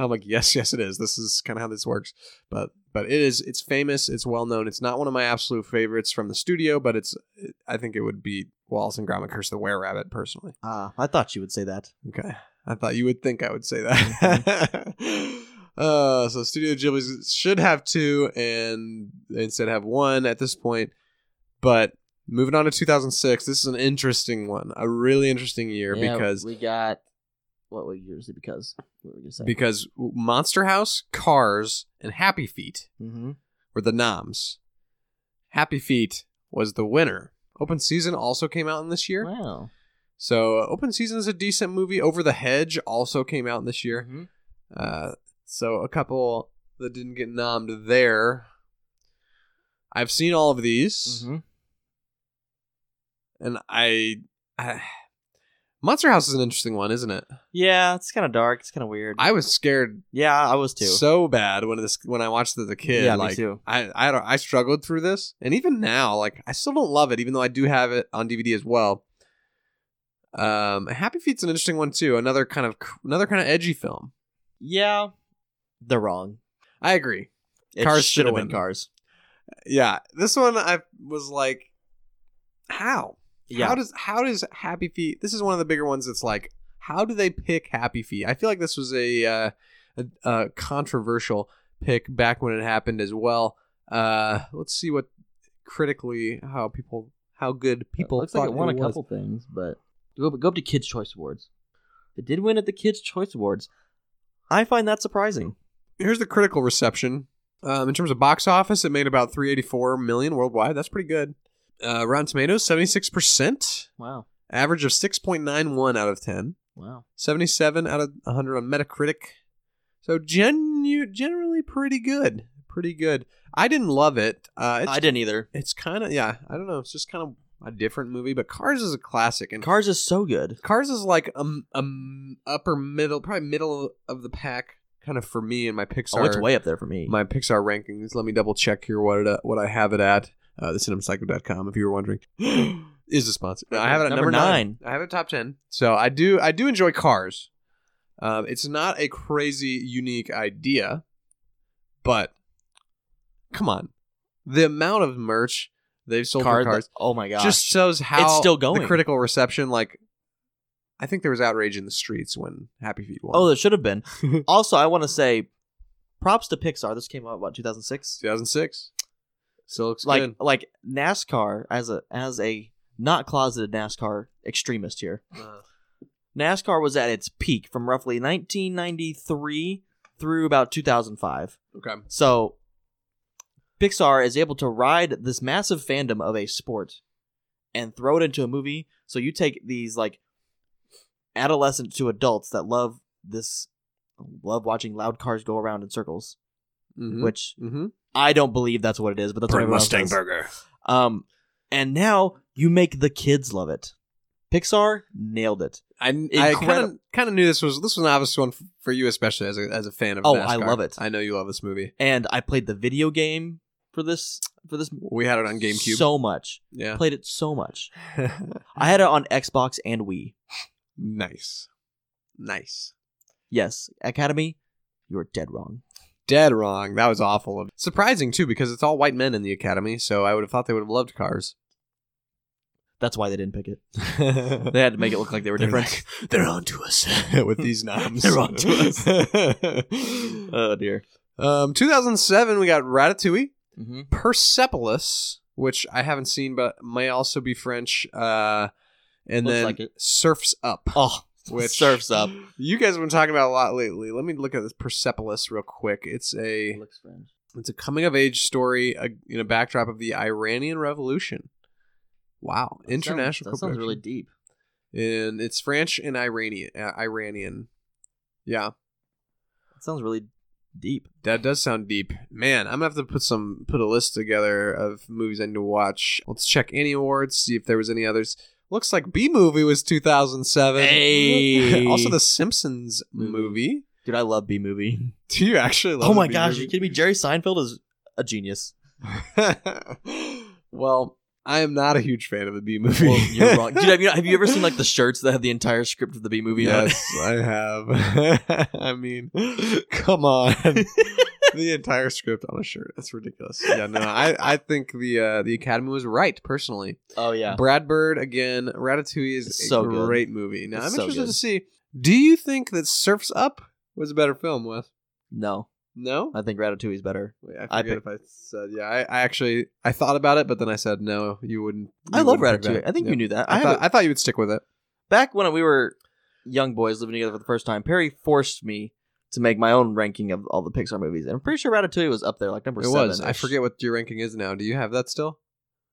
A: I'm like, "Yes, yes, it is. This is kind of how this works." But but it is. It's famous. It's well known. It's not one of my absolute favorites from the studio, but it's. I think it would beat Wallace and Gromit: Curse the Were Rabbit personally.
B: Ah, I thought you would say that.
A: Okay. I thought you would think I would say that. (laughs) uh, so Studio Ghibli should have two and they instead have one at this point. But moving on to 2006, this is an interesting one. A really interesting year
C: Yeah,
A: because
C: we got what was yours? Because what were you saying?
A: because Monster House, Cars, and Happy Feet
B: Mm-hmm.
A: were the noms. Happy Feet was the winner. Open Season also came out in this year.
C: wow,
A: So uh, Open Season is a decent movie. Over the Hedge also came out in this year. Uh, so a couple that didn't get nommed there. I've seen all of these,
B: Mm-hmm.
A: and I, I Monster House is an interesting one, isn't it?
B: Yeah, it's kind of dark. It's kind of weird.
A: I was scared
B: yeah, I was too.
A: so bad when this when I watched it as a kid.
B: Yeah, me
A: like
B: too.
A: I I don't I struggled through this, and even now, like I still don't love it, even though I do have it on DVD as well. Um, Happy Feet's an interesting one too. Another kind of cr- another kind of edgy film.
B: yeah, they're wrong.
A: I agree.
B: It
A: Cars
B: should have
A: should've
B: been
A: won.
B: cars.
A: Yeah, this one I was like, how?
B: Yeah,
A: How does how does Happy Feet? This is one of the bigger ones. That's like, how do they pick Happy Feet? I feel like this was a uh, a, a controversial pick back when it happened as well. Uh, let's see what critically how people how good people
C: looks
A: thought
C: like it won a
A: was.
C: couple things, but go, go up to Kids Choice Awards. It did win at the Kids Choice Awards.
B: I find that surprising.
A: Here's the critical reception. Um, in terms of box office, it made about 384 million worldwide. That's pretty good. Uh, Rotten Tomatoes, 76%,
C: Wow,
A: average of 6.91 out of 10.
C: wow.
A: 77 out of 100 on Metacritic. So genu- generally pretty good. Pretty good. I didn't love it. Uh, it's,
B: I didn't either.
A: It's kind of yeah. I don't know. It's just kind of a different movie. But Cars is a classic, and
B: Cars is so good.
A: Cars is like um um upper middle, probably middle of the pack, kind of for me and my Pixar
B: Oh, it's way up there for me.
A: my Pixar rankings. Let me double check here what it, what I have it at. Uh, com. if you were wondering, (gasps) is the sponsor. No, I have it at number,
B: Number
A: nine. I have it top ten. So I do I do enjoy Cars. Um, it's not a crazy unique idea, but come on, the amount of merch they've sold
B: Car-
A: for Cars
B: Oh my gosh.
A: just shows how
B: It's still
A: The
B: going.
A: critical reception, like I think there was outrage in the streets when Happy Feet won.
B: oh, there should
A: (laughs)
B: have been. also, I want to say, props to Pixar. This came out about 2006.
A: 2006. Still looks
B: like
A: good.
B: like NASCAR as a as a not closeted NASCAR extremist here.
A: Uh,
B: NASCAR was at its peak from roughly 1993 through about 2005.
A: okay.
B: So Pixar is able to ride this massive fandom of a sport and throw it into a movie. So you take these like adolescents to adults that love this love watching loud cars go around in circles,
A: Mm-hmm.
B: which
A: Mm-hmm.
B: I don't believe that's what it is, but that's what everyone else does.
A: Burger.
B: Um, and now you make the kids love it. Pixar nailed it.
A: I kind of
B: Incredi-
A: kind of knew this was this was an obvious one f- for you, especially as a as a fan of.
B: Oh, I
A: NASCAR.
B: love it.
A: I know you love this movie.
B: And I played the video game for this for this
A: We had it on GameCube.
B: so much. (laughs)
A: yeah,
B: Played it so much. I had it on Xbox and Wii.
A: nice, nice.
B: Yes, Academy, you are dead wrong.
A: Dead wrong. That was awful. Surprising too, because it's all white men in the academy. So I would have thought they would have loved Cars.
B: That's why they didn't
A: (laughs)
B: pick it.
A: they
B: (laughs) They had to make it look like they were different. (laughs)
A: They're on to us (laughs) with these noms.
B: They're
A: (laughs)
B: onto us. oh dear.
A: um, 2007, we got Ratatouille.
C: Mm-hmm.
B: hmm
A: Persepolis, which I haven't seen but may also be French, uh, and
C: Looks
A: then
C: like it.
A: Surfs
C: (laughs)
A: Up,
B: Oh,
A: which
B: surfs up.
A: You guys have been talking about a lot lately. Let me look at this Persepolis real quick. It's
C: It
A: a
C: looks French.
A: it's a coming of age story uh, in a backdrop of the Iranian Revolution. Wow,
C: That sounds-
A: international.
C: That sounds
A: co-production.
C: really deep.
A: and it's French and Iranian. Uh, Iranian, yeah,
B: That sounds really deep.
A: That does sound deep, man. I'm gonna have to put some put a list together of movies I need to watch. Let's check any awards, see if there was any others. Looks like B movie was 2007.
B: Hey.
A: also the Simpsons movie.
B: Dude, I love
A: (laughs)
B: B movie.
A: Do you actually? Love
B: Oh
A: the
B: my
A: B
B: gosh, are you
A: Movie? (laughs)
B: kidding me? Jerry Seinfeld is a genius.
A: well, I am not a huge fan of the B movie.
B: Well, you're wrong, (laughs)
A: (laughs)
B: dude. Have you, have you ever seen like the shirts that have the entire script of the B movie (laughs) on it?
A: Yes, I have. (laughs) I mean, come
B: (laughs)
A: on. the entire script on a shirt. That's ridiculous. Yeah, no, I, I think the uh, the Academy was right, personally.
B: Oh yeah.
A: Brad Bird, again, Ratatouille is
B: It's
A: a
B: so good.
A: great movie. Now,
B: It's
A: I'm
B: so
A: interested
B: good.
A: to see do you think that Surf's Up was a better film, Wes?
B: No,
A: No?
B: I think Ratatouille's better.
A: Wait,
B: I
A: I forget if I said, yeah, I, I actually, I thought about it, but then I said, no, you wouldn't.
B: I
A: you
B: love
A: wouldn't pick
B: Ratatouille.
A: that.
B: I think
A: Yeah.
B: you knew that. I,
A: I
B: have
A: thought,
B: a-
A: I thought you would stick with it.
B: back when we were young boys living together for the first time, Perry forced me to make my own ranking of all the Pixar movies, and I'm pretty sure Ratatouille was up there, like number
A: It
B: seven.
A: was. I forget what your ranking is now. Do you have that still?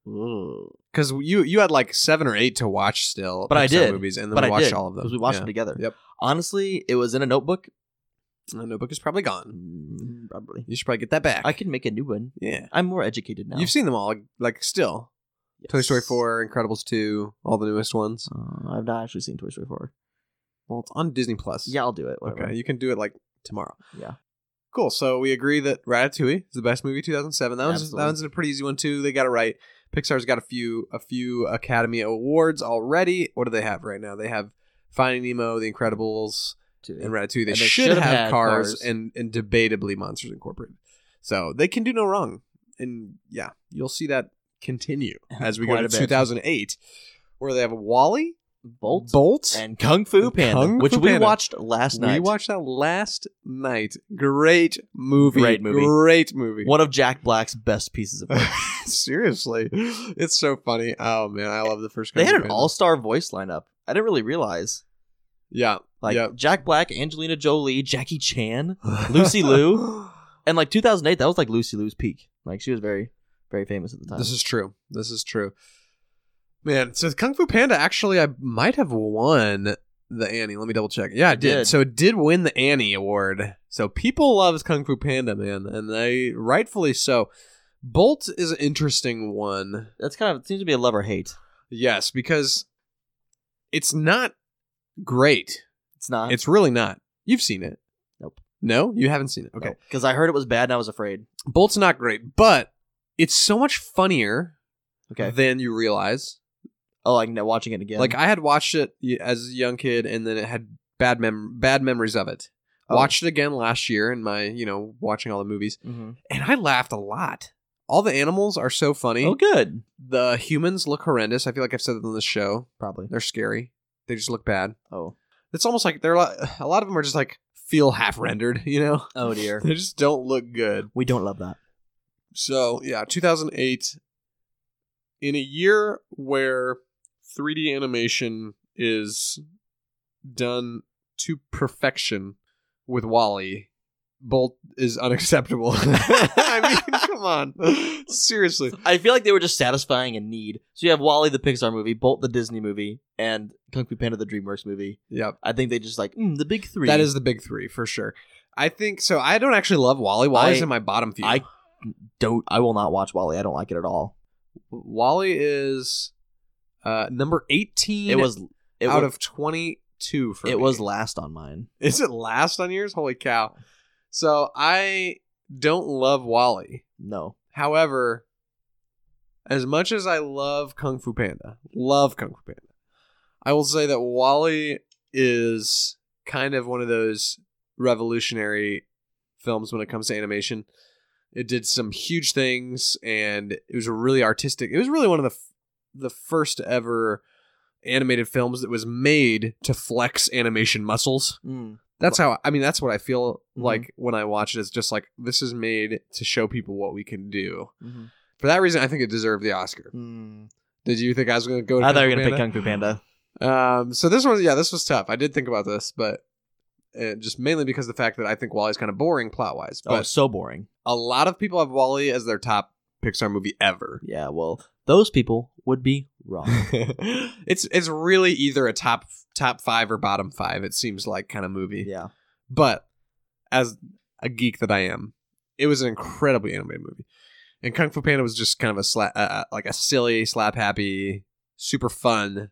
B: Ooh.
A: Because you you had like seven or eight to watch still,
B: But I
A: Pixar
B: did.
A: movies, and then
B: But
A: we
B: I
A: watched
B: did,
A: all of them
B: because we watched them
A: yeah.
B: together.
A: Yep.
B: Honestly, it was in a notebook.
A: The Notebook is probably gone.
B: Mm, Probably.
A: You should probably get that back.
B: I can make a new one.
A: yeah,
B: I'm more educated now.
A: you've seen them all, like, like still.
B: Yes.
A: Toy Story Four, Incredibles Two, all the newest ones.
D: Uh,
B: I've not actually seen Toy Story Four.
A: Well, it's on Disney Plus.
B: Yeah, I'll do it. Whatever.
A: Okay, you can do it like tomorrow.
B: Yeah.
A: Cool. So we agree that Ratatouille is the best movie 2007. That one's, that
B: Absolutely.
A: one's a pretty easy one too. They got it right. Pixar's got a few a few Academy Awards already. What do they have right now? They have Finding Nemo, The Incredibles,
B: Do it.
A: and Ratatouille. They,
B: And they
A: should
B: should've
A: have
B: had
A: cars,
B: Cars.
A: and and debatably Monsters Incorporated. So they can do no wrong, and yeah, you'll see that
B: (laughs)
A: continue as we go
B: Quite
A: to
B: a bit.
A: 2008, where they have Wally,
B: Bolt,
A: Bolt,
B: and Kung Fu
A: And
B: Panda,
A: Kung
B: which
A: Fu
B: we
A: Panda.
B: watched last
A: we
B: night.
A: watched that last night. Great movie.
B: Great movie.
A: Great movie.
B: one of Jack Black's best
A: (laughs)
B: pieces of work.
A: Seriously, it's so funny. Oh man, I love the first.
B: they
A: Kung
B: had
A: Fu
B: an
A: Panda.
B: all-star voice lineup. I didn't really realize.
A: yeah
B: Like
A: Yep.
B: Jack Black, Angelina Jolie, Jackie Chan,
A: (laughs)
B: Lucy Liu. and like 2008, that was like Lucy Liu's peak. Like she was very, very famous at the time.
A: This is true. This is true. Man, so Kung Fu Panda actually, I might have won the Annie. Let me double check. Yeah, I
B: It
A: did.
B: did.
A: So it did win the Annie Award. So people loves Kung Fu Panda, man, and they rightfully so. Bolt is an interesting one.
B: That's kind of it seems to be a love or hate.
A: Yes, because it's not great.
B: It's not.
A: It's really not. You've seen it.
B: Nope.
A: No, you haven't seen it. Okay.
B: because Oh, I heard it was bad and I was afraid.
A: Bolt's not great, but it's so much funnier
B: Okay.
A: than you realize.
B: Oh, like no, watching it again.
A: Like I had watched it y- as a young kid, and then it had bad mem bad memories of it.
B: Oh.
A: Watched it again last year in my you know watching all the movies,
B: Mhm.
A: and I laughed a lot. All the animals are so funny.
B: Oh, good.
A: The humans look horrendous. I feel like I've said that on this show.
B: Probably.
A: They're scary. They just look bad.
B: Oh.
A: It's almost like they're li- (sighs) a lot of them are just like feel half rendered. (laughs) You know,
B: Oh dear.
A: they just don't look good.
B: we don't love that.
A: So yeah, 2008, in a year where 3D animation is done to perfection with Wally, Bolt is unacceptable. (laughs) I
B: (laughs)
A: mean, come on, seriously.
B: I feel like they were just satisfying a need. So you have Wally the Pixar movie, Bolt the Disney movie, and Kung Fu Panda the DreamWorks movie.
A: Yep,
B: I think they just like mm, the big three.
A: that is the big three for sure. I think so. I don't actually love Wally. Wally's
B: I-
A: in my bottom few.
B: I don't. I will not watch Wally. I don't like it at all.
A: Wally is uh, number 18.
B: It was. It
A: out
B: wa-
A: of 22 for
B: It
A: me.
B: was last on mine.
A: Is it last on yours? Holy cow. So I don't love Wally.
B: No.
A: However, as much as I love Kung Fu Panda, love Kung Fu Panda, I will say that Wally is kind of one of those revolutionary films when it comes to animation. It did some huge things and it was really artistic. It was really one of the f- the first ever animated films that was made to flex animation muscles.
B: Mm.
A: That's how I mean. That's what I feel
B: Mhm.
A: like when I watch it. It's just like this is made to show people what we can do.
B: Mhm.
A: For that reason, I think it deserved the Oscar.
B: Mm.
A: Did you think I was going to go? To
B: I thought you were
A: Kung
B: gonna
A: Fu
B: pick Kung Fu Panda.
A: Panda? Um. So this one, yeah, this was tough. I did think about this, but uh, just mainly because of the fact that I think Wally's kind of boring plot wise.
B: Oh,
A: But
B: so boring.
A: a lot of people have Wally as their top Pixar movie
B: (laughs)
A: ever.
B: Yeah. Well, those people would be
A: (laughs)
B: wrong.
A: it's it's really either a top top five or bottom five. It seems like kind of movie.
B: yeah.
A: But as a geek that I am, it was an incredibly animated movie, and Kung Fu Panda was just kind of a sla- uh, uh, like a silly, slap happy, super fun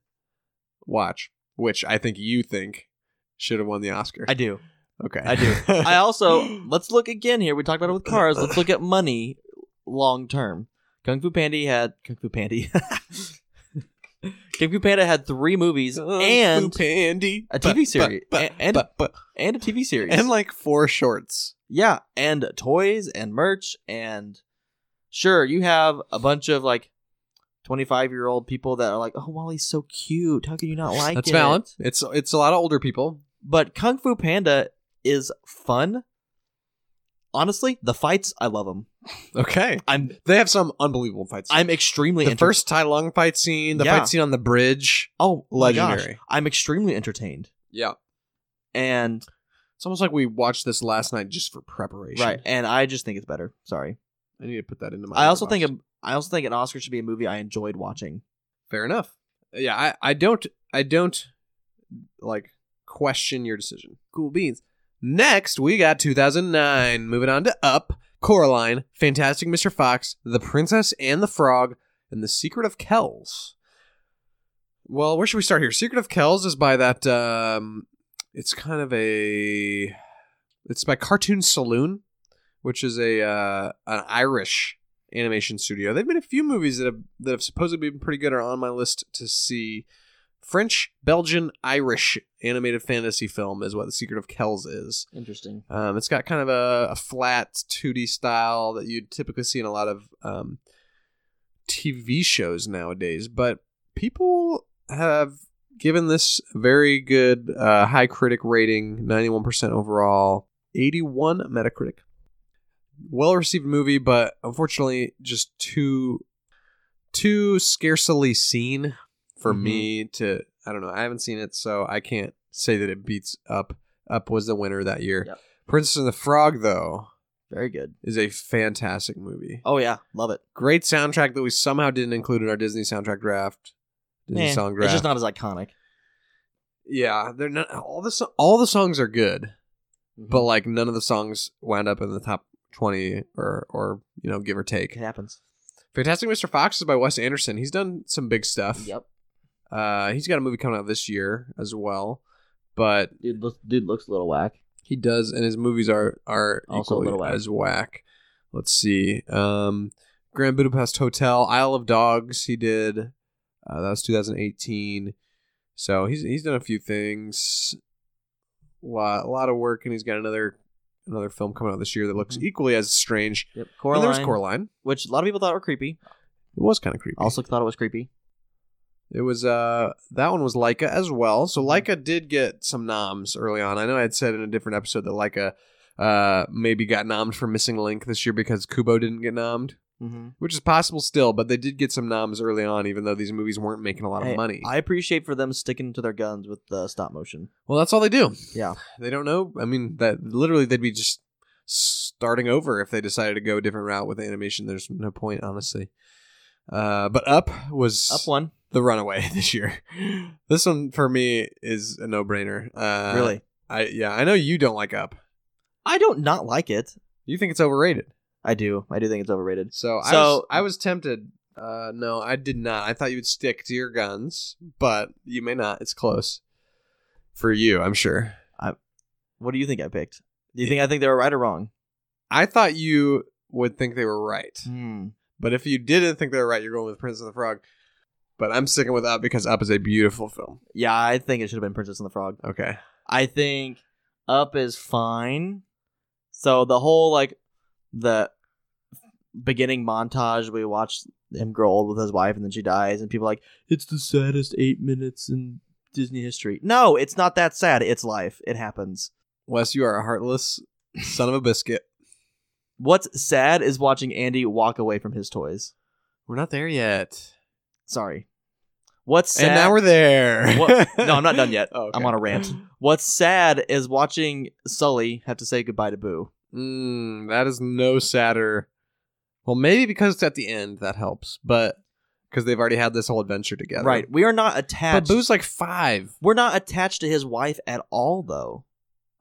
A: watch, which I think you think should have won the Oscar.
B: I
A: (laughs)
B: do.
A: okay,
B: I do. I also let's look again here. We talked about it with cars. Let's look at money long term. Kung Fu Panda had Kung Fu Panda. (laughs) Kung Fu Panda had three movies and
A: Pandy,
B: a TV series. A- and- and a TV series.
A: and like four shorts.
B: Yeah, and toys and merch and sure, you have a bunch of like 25-year-old people that are like, "Oh, Wally's so cute. How can you not
A: (laughs)
B: like
A: That's
B: it?"
A: valid. It's it's a lot of older people.
B: But Kung Fu Panda is fun. Honestly, the fights, I love them.
A: Okay,
B: I'm
A: they have some unbelievable fights.
B: I'm extremely
A: the
B: enter-
A: first Tai Lung fight scene, the
B: Yeah.
A: fight scene on the bridge,
B: Oh, my gosh.
A: legendary.
B: I'm extremely entertained.
A: Yeah,
B: And
A: it's almost like we watched this last night just for preparation.
B: right, and I just think it's better. Sorry.
A: I need to put that into my.
B: I also
A: letterbox.
B: think a, I also think an Oscar should be a movie I enjoyed watching.
A: fair enough. Yeah, I I don't I don't like question your decision. Cool beans. Next, we got 2009. Moving on to Up, Coraline, Fantastic Mr. Fox, The Princess and the Frog, and The Secret of Kells. Well, where should we start here? Secret of Kells is by that. Um, it's kind of a. It's by Cartoon Saloon, which is a uh, an Irish animation studio. They've made a few movies that have that have supposedly been pretty good. Are on my list to see. French, Belgian, Irish animated fantasy film is what The Secret of Kells is.
B: Interesting.
A: Um, it's got kind of a, a flat 2D style that you'd typically see in a lot of um, TV shows nowadays, but people have given this a very good uh, high critic rating 91% overall, 81 Metacritic. Well received movie, but unfortunately, just too too scarcely seen for
B: Mhm.
A: me to. I don't know. I haven't seen it, so I can't say that it beats up. Up was the winner that year.
B: Yep.
A: Princess and the Frog, though,
B: Very good.
A: is a fantastic movie.
B: Oh yeah, love it.
A: Great soundtrack that we somehow didn't include in our Disney soundtrack draft. Disney
B: Eh,
A: song
B: It's
A: draft.
B: just not as iconic.
A: yeah, they're not all the so- all the songs are good,
B: Mm-hmm.
A: but like none of the songs wound up in the top twenty or or you know give or
B: It
A: take.
B: happens.
A: Fantastic Mr. Fox is by Wes Anderson. He's done some big stuff.
B: Yep.
A: Uh, he's got a movie coming out this year as well, but
D: Dude, looks, dude looks a little whack.
A: He does, and his movies are are
D: Also a
A: equally
D: little whack.
A: as whack. Let's see. Um, Grand Budapest Hotel, Isle of Dogs. He did. Uh, that was 2018. So he's he's done a few things. A lot, a lot of work, and he's got another another film coming out this year that looks
D: Mm-hmm.
B: Mhm.
A: equally as strange.
B: Yep.
A: And
B: Coraline,
A: there was Coraline.
B: which a lot of people thought were creepy.
A: It was kind of creepy.
B: Also thought it was creepy.
A: It was uh that one was Leica as well.
B: Mm-hmm.
A: So Leica did get some noms early on. I know I had said in a different episode that Leica uh maybe got nommed for Missing Link this year because Kubo didn't get nommed,
B: Mm-hmm.
A: which is possible still, but they did get some noms early on even though these movies weren't making a lot of money.
B: I appreciate for them sticking to their guns with the stop motion.
A: well, that's all they do.
B: Yeah.
A: They don't know. I mean, that literally they'd be just starting over if they decided to go a different route with animation. There's no point, honestly. Uh, but up was
B: Up one,
A: the runaway (laughs) this year this one for me is a no-brainer uh
B: really.
A: i yeah i know you don't like up
B: I don't not like it.
A: you think it's overrated
B: I do. I do think it's overrated.
A: so, I,
B: So-
A: was, I was tempted uh no i did not i thought you would stick to your guns but you may not it's close for you i'm sure
B: What do you think I picked? Do you think I think they were right or wrong?
A: i thought you would think they were right
B: Hmm.
A: but if you didn't think they were right you're going with prince and the frog but i'm sticking with up because up is a beautiful film
B: Yeah, I think it should have been Princess and the Frog.
A: okay
B: I think up is fine. So the whole like the beginning montage we watched him grow old with his wife and then she dies and people are like it's the saddest 8 minutes in Disney history. No, it's not that sad. It's life. It happens.
A: wes you are a heartless son of a biscuit
B: What's sad is watching Andy walk away from his toys.
A: we're not there yet
B: Sorry. What's sad
A: And now we're there. (laughs)
B: What- no, I'm not done yet.
A: Oh, okay.
B: I'm on a rant. What's sad is watching Sully have to say goodbye to Boo.
A: Mm, that is no sadder. Well, maybe because it's at the end that helps, but because they've already had this whole adventure together,
B: Right. We are not
A: But
B: attached.
A: Boo's like five.
B: We're not attached to his wife at all, though.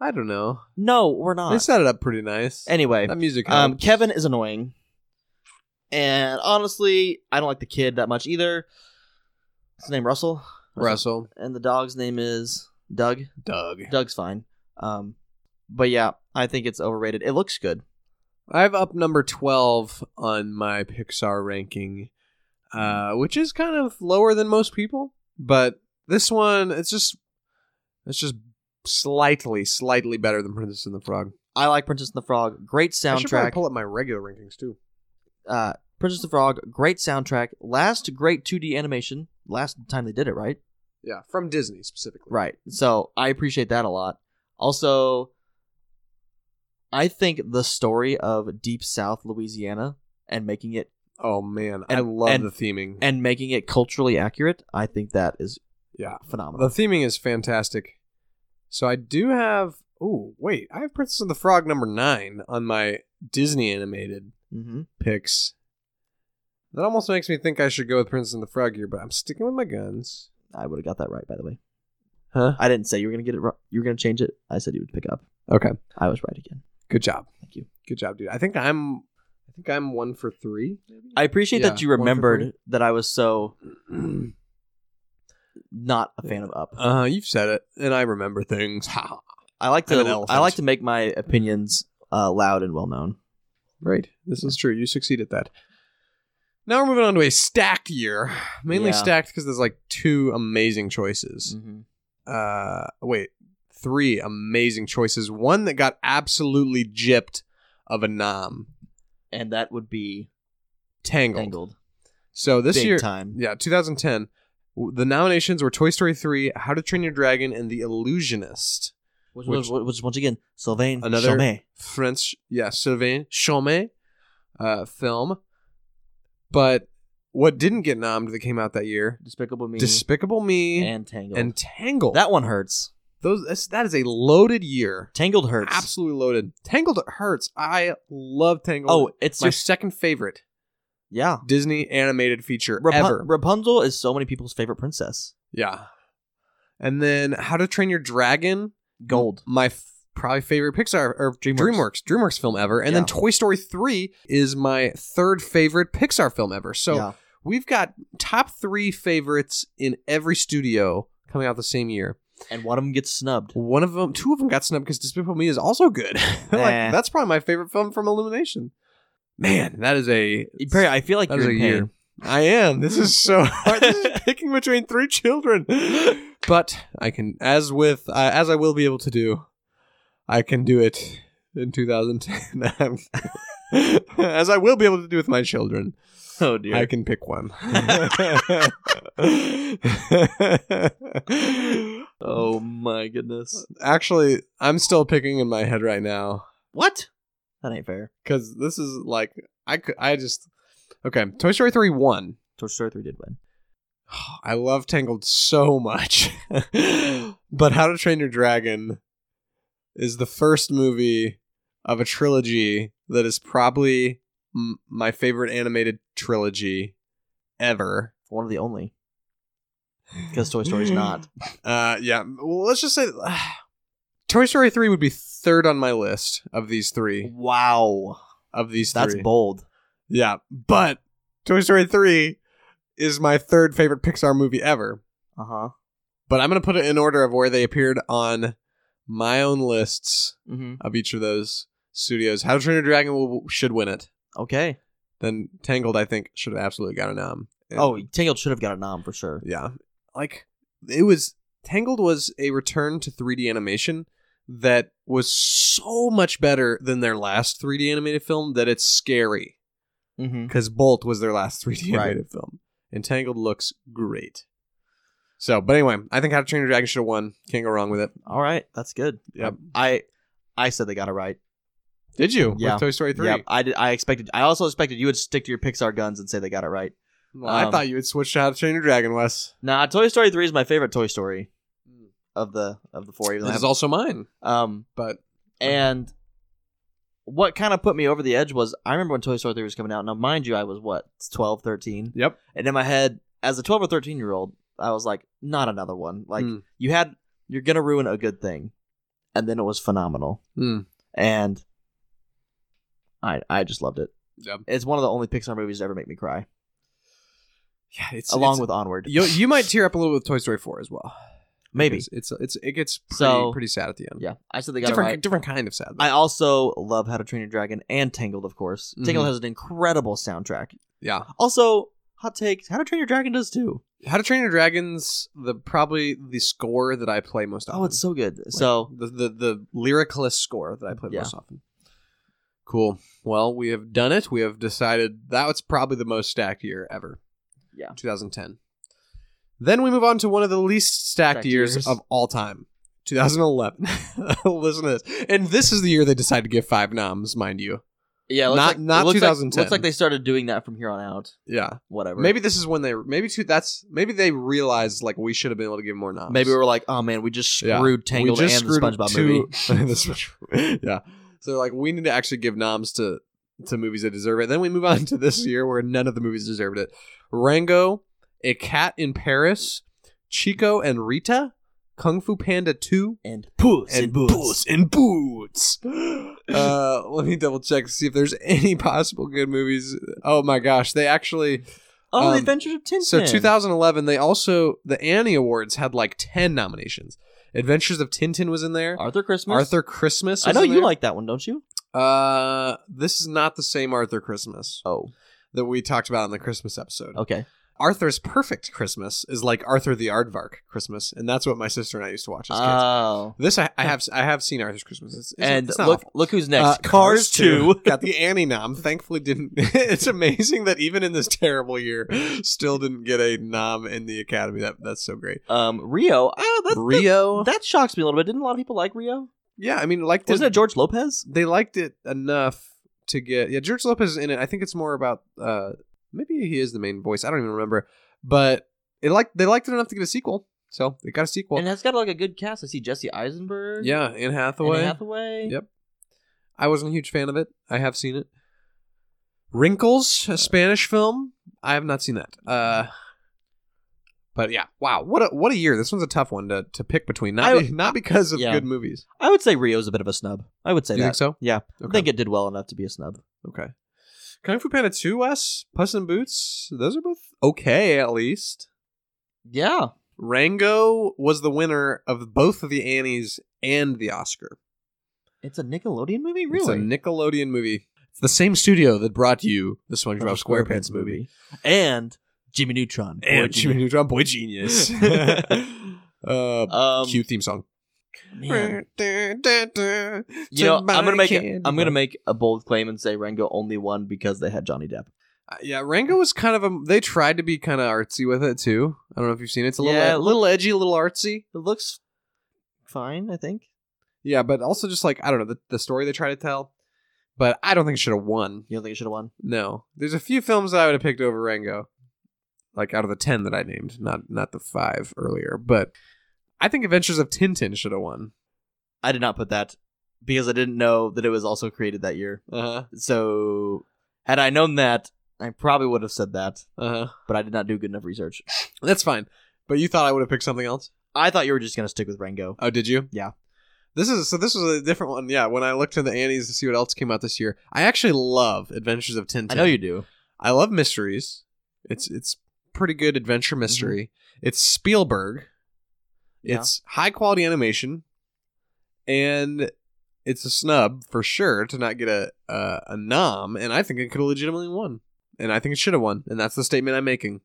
A: I don't know.
B: No, we're
A: They
B: not.
A: set it up pretty nice.
B: Anyway,
A: that music.
B: um,
A: helps.
B: Kevin is annoying, and honestly, I don't like the kid that much either. His name Russell,
A: Russell,
B: and the dog's name is Doug.
A: Doug.
B: Doug's fine. Um, but yeah, I think it's overrated. It looks good.
A: I have up number 12 on my Pixar ranking,
B: Mm.
A: uh, which is kind of lower than most people, but this one it's just it's just slightly slightly better than Princess and the Frog.
B: I like Princess and the Frog. Great
A: I should probably
B: soundtrack.
A: pull up my regular rankings too.
B: uh, Princess and the Frog. Great soundtrack. Last great 2D animation. Last time they did it, right?
A: Yeah, from Disney specifically.
B: Right. So I appreciate that a lot. Also, I think the story of Deep South Louisiana and making it
A: Oh man, I
B: And-
A: love
B: and-
A: the theming.
B: and making it culturally accurate, I think that is
A: yeah.
B: phenomenal.
A: The theming is fantastic. So I do have Oh, wait. I have Princess and the Frog number 9 on my Disney animated
B: mm-hmm.
A: picks. That almost makes me think I should go with Princess and the Frog here, but I'm sticking with my guns.
B: I would have got that right, by the way.
A: Huh?
B: I didn't say you were gonna get it. Wrong. You were gonna change it. I said you would pick up.
A: Okay.
B: I was right again.
A: Good job.
B: Thank you.
A: Good job, dude. I think I'm I think I'm one for three. maybe? (clears throat)
B: I appreciate
A: Yeah,
B: that you
A: one for
B: remembered that I was so not a fan of Up.
A: uh you've said it, and I remember things.
B: I like
A: I'm an
B: to.
A: elephant.
B: I like to make my opinions uh, loud and well known.
A: right. This is true. You succeed at that. Now we're moving on to a stacked year. Mainly
B: Yeah. Mm.
A: stacked because there's like two amazing choices.
B: Mm-hmm.
A: uh wait three amazing choices one that got absolutely gypped of a nom
B: And that would be
A: tangled,
B: angled
A: so this
B: big
A: year
B: time.
A: yeah 2010 w- the nominations were toy story 3 how to train your dragon and the illusionist
B: Which,
A: Which-
B: was which once again, Sylvain
A: Another-
B: Chomet.
A: french yeah sylvain chomet uh film but what didn't get nommed that came out that year
B: Despicable Me,
A: despicable me and,
B: and Tangled.
A: tangled
B: that one hurts.
A: those that's- that is a loaded year
B: Tangled hurts.
A: absolutely loaded tangled hurts i love tangled
B: Oh, it's
A: my
B: just
A: second favorite
B: yeah.
A: Disney animated feature
B: Rapun-
A: ever.
B: Rapunzel is so many people's favorite princess.
A: yeah. And then How to Train Your Dragon,
B: Gold.
A: my f- probably favorite Pixar or DreamWorks
B: DreamWorks.
A: DreamWorks, film ever. And then
B: Yeah.
A: Toy Story 3 is my third favorite Pixar film ever. So
B: Yeah.
A: we've got top 3 favorites in every studio coming out the same year.
B: and one of them gets snubbed.
A: One of them, two of them got snubbed because Despicable Me is also good. (laughs)
B: Eh.
A: like that's probably my favorite film from Illumination. Man, that is a
B: Perry, I feel like
A: That
B: you're
A: was
B: in
A: a year.
B: pain.
A: I am. This is so hard. this is picking between three children. But I can, as with, uh, as I will be able to do, I can do it in 2010. (laughs) I'm- as I will be able to do with my children,
B: Oh
A: (laughs) I can pick one.
B: oh my goodness.
A: Actually, I'm still picking in my head right now
B: What? That ain't fair.
A: because this is like I could, I just okay. Toy Story three one.
B: Toy Story 3 did win.
A: I love Tangled so much. (laughs) but How to Train Your Dragon is the first movie of a trilogy that is probably m- my favorite animated trilogy ever.
B: One of the only. Because Toy
A: (laughs)
B: Story's not.
A: Uh, yeah. Well, let's just say (sighs) Toy Story 3 would be third on my list of these three.
B: Wow.
A: Of these
B: That's
A: three.
B: bold.
A: Yeah. But Toy Story 3 is my third favorite Pixar movie ever.
B: Uh huh.
A: but I'm gonna put it in order of where they appeared on my own lists
B: Mm-hmm.
A: of each of those studios. How to Train Your Dragon will, should win it.
B: Okay.
A: Then Tangled, I think, should have absolutely got a nom. And-
B: Oh, Tangled should have got a nom for sure.
A: yeah, like it was Tangled was a return to 3D animation that was so much better than their last 3D animated film that it's scary
B: Mm-hmm.
A: because Bolt was their last 3D
B: Right.
A: animated film. And Tangled looks great. So, but anyway, I think How to Train Your Dragon should have won. Can't go wrong with it.
B: All right. That's good. Um,
A: Yep.
B: I I said they got it right.
A: Did you?
B: Yeah.
A: With Toy Story 3.
B: Yep. I, did, I expected. I also expected you would stick to your Pixar guns and say they got it right.
A: Well, Oh, I
B: Um,
A: thought you would switch to How to Train Your Dragon, Wes.
B: Nah, Toy Story 3 is my favorite Toy Story of the of the four. Even though I
A: This is
B: haven't-
A: also mine,
B: um,
A: but
B: and what kind of put me over the edge was I remember when Toy Story 3 was coming out. Now, mind you, I was what 12, 13,
A: yep.
B: and in my head, as a 12 or 13 year old, I was like, not another one. Like
A: Mm.
B: you had, you're gonna ruin a good thing, and then it was phenomenal,
A: Mm.
B: and I I just loved it.
A: Yep.
B: It's one of the only Pixar movies to ever make me cry,
A: Yeah, it's
B: along
A: it's-
B: with Onward.
A: you. You might tear up a little with Toy Story 4 as well.
B: Maybe.
A: It's it's, it's- it gets pretty,
B: So-
A: pretty sad at the end.
B: Yeah, I said they got it
A: different
B: right.
A: different kind of sad. though.
B: I also love How to Train Your Dragon and Tangled, of course. Tangled has an incredible soundtrack.
A: yeah.
B: Also, hot takes: How to Train Your Dragon does too.
A: How to Train Your Dragons the probably the score that I play most often.
B: Oh, it's so good. so
A: the the, the lyricless score that I play
B: Yeah.
A: most often. Cool. Well, we have done it. We have decided that was probably the most stacked year ever.
B: Yeah.
A: 2010. Then we move on to one of the least stacked,
B: Stacked
A: years,
B: years.
A: of all time. 2011. (laughs) Listen to this. And this is the year they decided to give five noms, mind you.
B: yeah, it looks
A: Not-
B: like,
A: not
B: it looks like-
A: 2010.
B: looks like they started doing that from here on out.
A: Yeah.
B: Whatever.
A: Maybe this is when they maybe two that's maybe they realized like we should have been able to give more noms.
B: maybe we were like, oh man, we just
A: Yeah.
B: screwed Tangled
A: we just
B: and the
A: screwed
B: SpongeBob
A: two-
B: movie.
A: (laughs) the Sponge- yeah. So like we need to actually give noms to to movies that deserve it. Then we move on to this year where none of the movies deserved it. Rango, A Cat in Paris, Chico and Rita, Kung Fu Panda 2,
B: And Puss
A: and Puss in Boots. (gasps) Uh, let me double check to see if there's (laughs) any possible good movies. Oh my gosh, they actually
B: Oh,
A: Um,
B: The Adventures of Tintin.
A: so 2011 they also the Annie Awards had like 10 nominations. Adventures of Tintin was in there.
B: Arthur Christmas.
A: Arthur Christmas.
B: I
A: is
B: know
A: in
B: you
A: there.
B: like that one, don't you?
A: Uh, this is not the same Arthur Christmas
B: Oh,
A: that we talked about in the Christmas episode.
B: okay.
A: Arthur's perfect Christmas is like Arthur the Aardvark Christmas, and that's what my sister and I used to watch as kids.
B: Oh,
A: this I, I have I have seen Arthur's Christmas. It's, it's,
B: and
A: it's not
B: look,
A: awful.
B: look who's next.
A: Uh,
B: Cars (laughs) two.
A: got the Annie nom. Thankfully, didn't. (laughs) it's amazing that even in this terrible year, still didn't get a nom in the Academy. That that's so great.
B: um, Rio. Oh, that's,
A: Rio.
B: That, that shocks me a little bit. Didn't a lot of people like Rio?
A: yeah, I mean, liked it.
B: Wasn't it George Lopez?
A: they liked it enough to get yeah george lopez is in it i think it's more about uh maybe he is the main voice i don't even remember but it like they liked it enough to get a sequel so they got a sequel
B: and that's got like a good cast. I see Jesse Eisenberg.
A: yeah anne hathaway.
B: Hathaway. Hathaway.
A: Yep. i wasn't a huge fan of it i have seen it wrinkles a spanish film i have not seen that uh but yeah, wow, what a what a year! This one's a tough one to, to pick between. Not
B: I-
A: be- not because of
B: Yeah.
A: good movies.
B: I would say Rio's a bit of a snub. I would say
A: Do you
B: that.
A: think so?
B: Yeah, I
A: Okay.
B: think it did well enough to be a snub.
A: Okay. Kung Fu Panda 2, Wes, Puss in Boots, those are both okay at least.
B: Yeah.
A: Rango was the winner of both of the Annies and the Oscar.
B: It's a Nickelodeon movie, really.
A: It's a Nickelodeon movie. It's the same studio that brought you the SpongeBob
B: Oh, SquarePants
A: SquarePants movie
B: and Jimmy Neutron. Boy,
A: and Jimmy Neutron Boy
B: (laughs)
A: Genius. (laughs) uh,
B: Um,
A: cute theme song.
B: man. You know, I'm gonna make a, I'm gonna make a bold claim and say Rango only won because they had Johnny Depp.
A: Uh, Yeah, Rango was kind of a. They tried to be kind of artsy with it too. I don't know if you've seen it. It's a little,
B: Yeah,
A: a little edgy, a little artsy.
B: It looks fine, I think.
A: Yeah, but also just like I don't know the, the story they try to tell. But I don't think it should have won.
B: You don't think it should have won?
A: No, there's a few films that I would have picked over Rango, like out of the ten that I named, not not the five earlier. But I think Adventures of Tintin should have won.
B: I did not put that because I didn't know that it was also created that year.
A: Uh huh.
B: So had I known that, I probably would have said that,
A: Uh huh.
B: but I did not do good enough research.
A: That's fine. But you thought I would have picked something else?
B: I thought you were just gonna stick with Rango.
A: Oh, did you?
B: Yeah.
A: This is so. This was a different one. Yeah. When I looked in the Annies to see what else came out this year, I actually love Adventures of Tintin.
B: I know you do.
A: I love mysteries. It's it's pretty good adventure mystery. It's Spielberg.
B: Yeah.
A: It's high quality animation, and it's a snub for sure to not get a a, a nom. And I think it could have legitimately won, and I think it should have won. And that's the statement I'm making.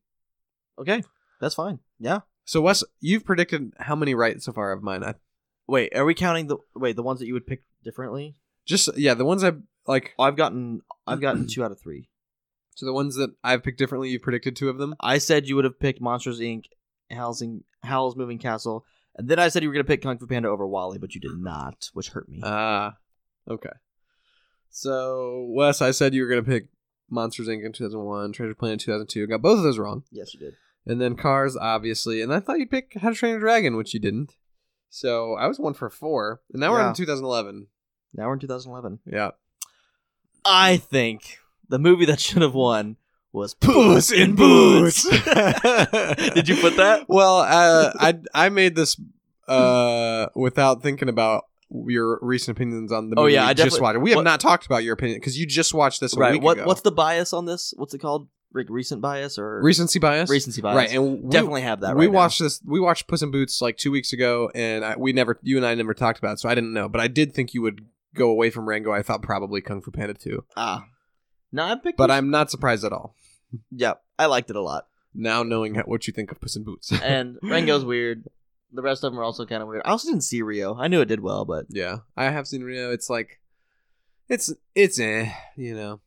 B: Okay, that's fine. Yeah.
A: So Wes, you've predicted how many right so far of mine? I
B: Wait, are we counting the wait the ones that you would pick differently?
A: just yeah, the ones I like.
B: I've gotten I've (clears throat) gotten two out of three.
A: So the ones that I've picked differently, you've predicted two of them.
B: I said you would have picked Monsters Inc., Howl's, Howl's Moving Castle, and then I said you were going to pick Kung Fu Panda over Wally, but you did not, which hurt me.
A: Ah, okay. So Wes, I said you were gonna pick Monsters Inc. in two thousand one, Treasure Planet two thousand two. Got both of those wrong,
B: yes, you did.
A: and then Cars, obviously. And I thought you'd pick How to Train Your Dragon, which you didn't. So I was one for four, and now we're
B: Yeah.
A: in two thousand eleven.
B: Now we're in 2011.
A: Yeah,
B: I think the movie that should have won was
A: Puss in Boots. (laughs)
B: did you put that?
A: Well, uh, I I made this uh, without thinking about your recent opinions on the
B: Oh,
A: movie
B: yeah,
A: we
B: I
A: just
B: definitely-
A: watched. We have
B: what-
A: not talked about your opinion because you just watched this a
B: Right.
A: week
B: What
A: ago.
B: What's the bias on this? What's it called? like recent bias or
A: Recency bias.
B: recency bias.
A: Right, and we,
B: definitely have that.
A: we
B: right now.
A: watched this. We watched Puss in Boots like two weeks ago, and I, we never, you and I never talked about it, so I didn't know. But I did think you would go away from Rango. I thought probably Kung Fu Panda 2,
B: Ah, no, I picked.
A: but I'm not surprised at all
B: yeah, I liked it
A: (laughs)
B: a lot.
A: now knowing how, what you think of Puss in Boots. (laughs)
B: And Rango's weird. The rest of them are also kind of weird. I also didn't see Rio. I knew it did well, but
A: yeah, I have seen Reno. It's like, it's it's eh, you know.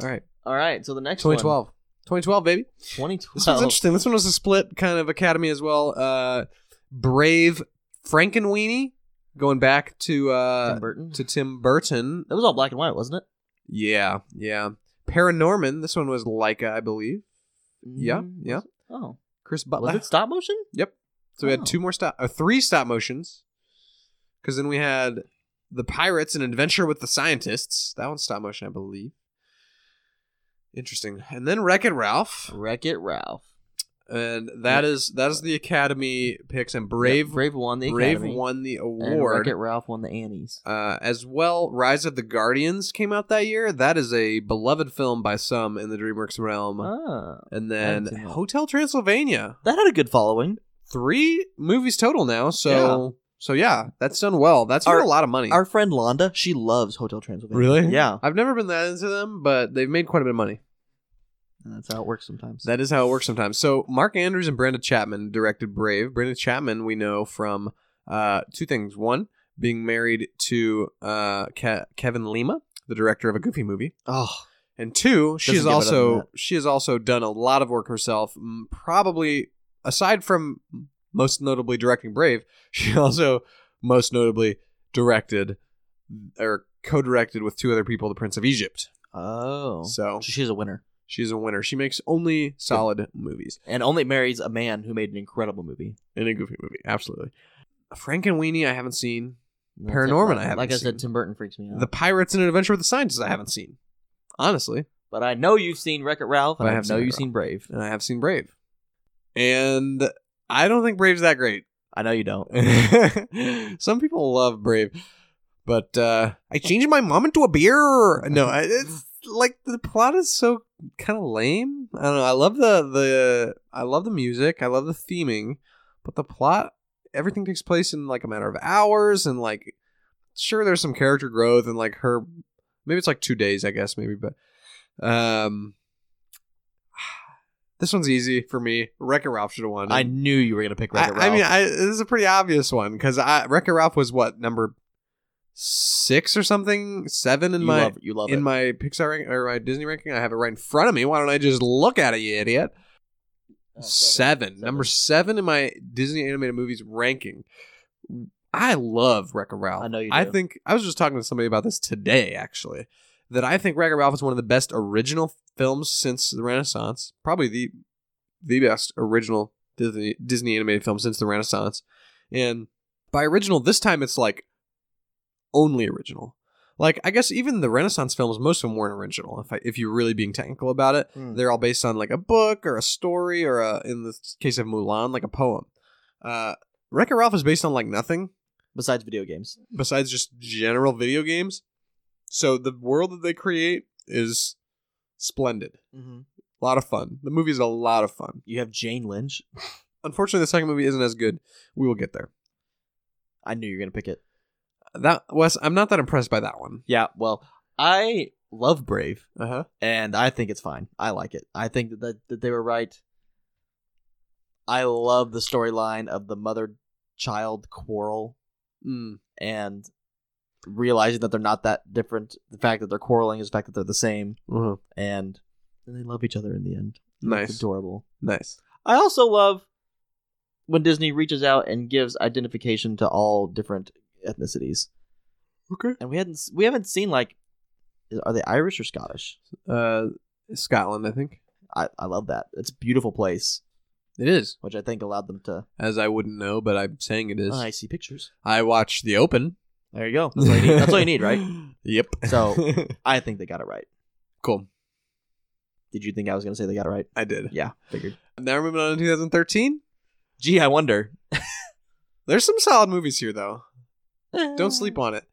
A: All right,
B: all right. So the next one,
A: 2012, 2012, baby. This one's
B: 2012.
A: interesting. This one was a split kind of academy as well. Uh, Brave Frankenweenie, going back to uh
B: Tim Burton.
A: to Tim Burton
B: That was all black and white, wasn't it?
A: Yeah, yeah. Paranorman. This one was Leica, I believe. Yeah,
B: Mm,
A: yeah.
B: Oh,
A: Chris
B: was
A: Butler.
B: it stop motion?
A: so we had
B: Oh.
A: two more stop, uh, three stop motions. Because then we had the Pirates: An Adventure with the Scientists. That one's stop motion, I believe. Interesting. And then Wreck It Ralph,
B: Wreck It Ralph.
A: and that is that is the Academy picks. And Brave
B: Yeah, Brave won the
A: Brave
B: Academy.
A: won the
B: And Wreck
A: award.
B: It Ralph won the Annies.
A: Uh, as well, Rise of the Guardians came out that year. That is a beloved film by some in the DreamWorks realm.
B: Ah,
A: And then
B: seen that.
A: Hotel Transylvania.
B: that had a good following.
A: Three movies total now. So so yeah, that's done well. That's for
B: Our-
A: a lot of money.
B: Our friend Londa, she loves Hotel Transylvania. Yeah,
A: I've never been that into them, but they've made quite a bit of money.
B: and that's how it works sometimes.
A: That is how it works sometimes. So Mark Andrews and Brenda Chapman directed Brave. Brenda Chapman we know from uh, two things. One, being married to uh, Ke- Kevin Lima, the director of a Goofy movie.
B: oh,
A: And two, she has
B: Doesn't get better than
A: also
B: that.
A: she has also done a lot of work herself. m- Probably aside from most notably directing Brave, (laughs) she also most notably directed or co-directed with two other people The Prince of Egypt.
B: oh, so
A: So
B: she's a winner,
A: she's a winner. She makes only solid movies
B: and only marries a man who made an incredible movie.
A: in a goofy movie. Absolutely. Frank and Weenie I haven't seen.
B: And that's
A: Paranorman,
B: it.
A: I haven't
B: like I
A: seen.
B: said, Tim Burton freaks me out.
A: The Pirates and an Adventure with the Scientists I haven't seen. Honestly.
B: but I know you've seen Wreck It Ralph, and
A: I
B: I,
A: have seen
B: know
A: Wreck-It
B: you've seen Brave.
A: And I have seen Brave. And I don't think Brave's that great.
B: I know you don't.
A: (laughs) Some people love Brave, but uh, I changed my mom into a beer. No, I- it's like the plot is so kind of lame. I don't know. I love the the I love the music. I love the theming, but the plot everything takes place in like a matter of hours and like sure there's some character growth and like her maybe it's like 2 days I guess maybe but um (sighs) this one's easy for me. Wreck-It Ralph should have won.
B: I knew you were gonna pick Wreck It Ralph.
A: I, I mean, I, this is a pretty obvious one because I Wreck-It Ralph was what number six or something, seven in
B: you
A: my
B: love, you love
A: in
B: it.
A: my Pixar rank, or my Disney ranking. I have it right in front of me. Why don't I just look at it, you idiot?
B: Oh,
A: seven. number seven in my Disney animated movies ranking. I love Wreck-It Ralph.
B: I know you
A: I
B: do.
A: think I was just talking to somebody about this today, actually. That I think Wreck-It Ralph is one of the best original films since the Renaissance. Probably the the best original Disney Disney animated film since the Renaissance. And by original, this time it's like only original. Like I guess even the Renaissance films, most of them weren't original. If I, if you're really being technical about it,
B: Hmm.
A: they're all based on like a book or a story or a, in the case of Mulan, like a poem. Uh, Wreck-It Ralph is based on like nothing
B: besides video games.
A: besides just general video games. So the world that they create is splendid, a lot of fun. The movie's a lot of fun.
B: You have Jane Lynch.
A: Unfortunately, the second movie isn't as good. We will get there.
B: I knew you were gonna pick it.
A: That Wes, I'm not that impressed by that one.
B: Yeah. Well, I love Brave.
A: Uh huh.
B: and I think it's fine. I like it. I think that that, that they were right. I love the storyline of the mother child quarrel
A: Mm.
B: and realizing that they're not that different. The fact that they're quarreling is the fact that they're the same,
A: Uh-huh.
B: and and they love each other in the end. It's
A: Nice,
B: adorable.
A: nice.
B: I also love when Disney reaches out and gives identification to all different ethnicities.
A: Okay.
B: And we hadn't s- we haven't seen like are they Irish or Scottish?
A: Uh, Scotland, I think
B: I, I love that. It's a beautiful place.
A: it is.
B: which I think allowed them to. "Oh,
A: As I wouldn't know, but I'm saying it is.
B: I see pictures.
A: I watched the Open.
B: There you go. That's all you need, That's all you need,
A: (laughs)
B: right? Oh.
A: Yep.
B: (laughs) So I think they got it right.
A: (laughs) cool.
B: Did you think I was going to say they got it right?
A: I did.
B: Yeah, (laughs) figured.
A: Now we're moving on to 2013.
B: Gee, I wonder.
A: (laughs) There's some solid movies here, though. Don't sleep on it.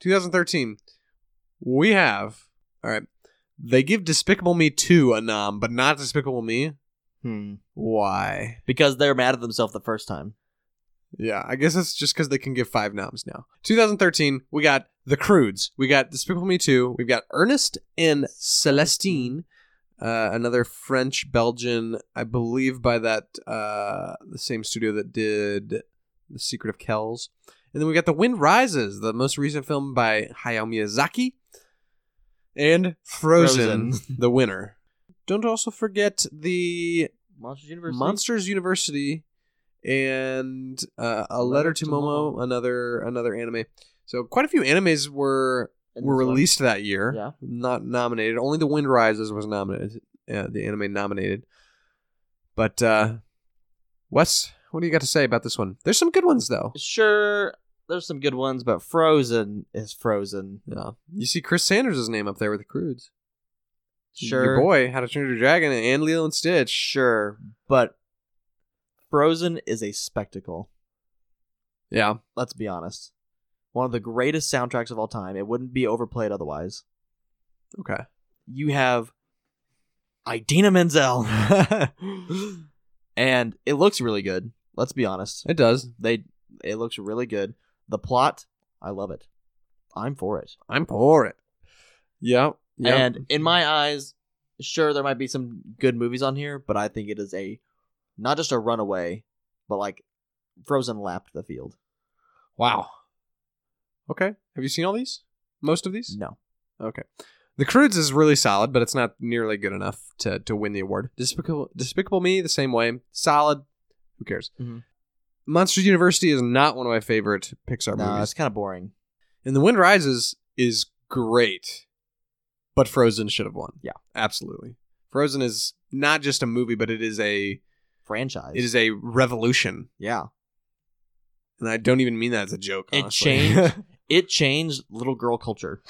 A: 2013. We have all right. They give Despicable Me 2 a nom, but not Despicable Me.
B: Hmm.
A: Why?
B: Because they're mad at themselves the first time.
A: Yeah, I guess it's just because they can give five noms now. 2013, we got The Crudes. We got Despicable Me 2. We've got Ernest and Celestine, uh, another French Belgian, I believe, by that, uh, the same studio that did The Secret of Kells. And then we got The Wind Rises, the most recent film by Hayao Miyazaki, and Frozen,
B: Frozen.
A: the winner. Don't also forget the
B: Monsters University.
A: Monsters University and uh, a letter, to, Momo, another another anime. So quite a few animes were
B: And
A: were
B: this one.
A: released that year.
B: Yeah.
A: Not nominated. Only The Wind Rises was nominated. Uh, the anime nominated. But uh Wes, what do you got to say about this one? There's some good ones though.
B: Sure, there's some good ones, but Frozen is Frozen.
A: Yeah. You see Chris Sanders' name up there with the Crudes.
B: Sure.
A: Your boy, How to Train Your Dragon and Lilo and Stitch.
B: Sure, but Frozen is a spectacle.
A: Yeah.
B: Let's be honest. One of the greatest soundtracks of all time. It wouldn't be overplayed otherwise.
A: Okay.
B: You have Idina Menzel. (laughs) and it looks really good. Let's be honest.
A: It does.
B: They it looks really good. The plot, I love it. I'm for it.
A: I'm for it. Yeah. Yeah.
B: And in my eyes, sure there might be some good movies on here, but I think it is a not just a runaway, but like Frozen lapped the field.
A: Wow. Okay. Have you seen all these? Most of these?
B: No.
A: Okay. The Crudes is really solid, but it's not nearly good enough to, to win the award. Despicable, Despicable Me, the same way. Solid. Who cares?
B: Mhm.
A: Monsters University is not one of my favorite Pixar
B: No, it's
A: movies.
B: kind of boring.
A: And The Wind Rises is great, but Frozen should have won.
B: Yeah.
A: Absolutely. Frozen is not just a movie, but it is a
B: Franchise.
A: it is a revolution.
B: yeah.
A: And I don't even mean that as a joke.
B: It
A: honestly. (laughs)
B: changed (laughs) It changed little girl culture.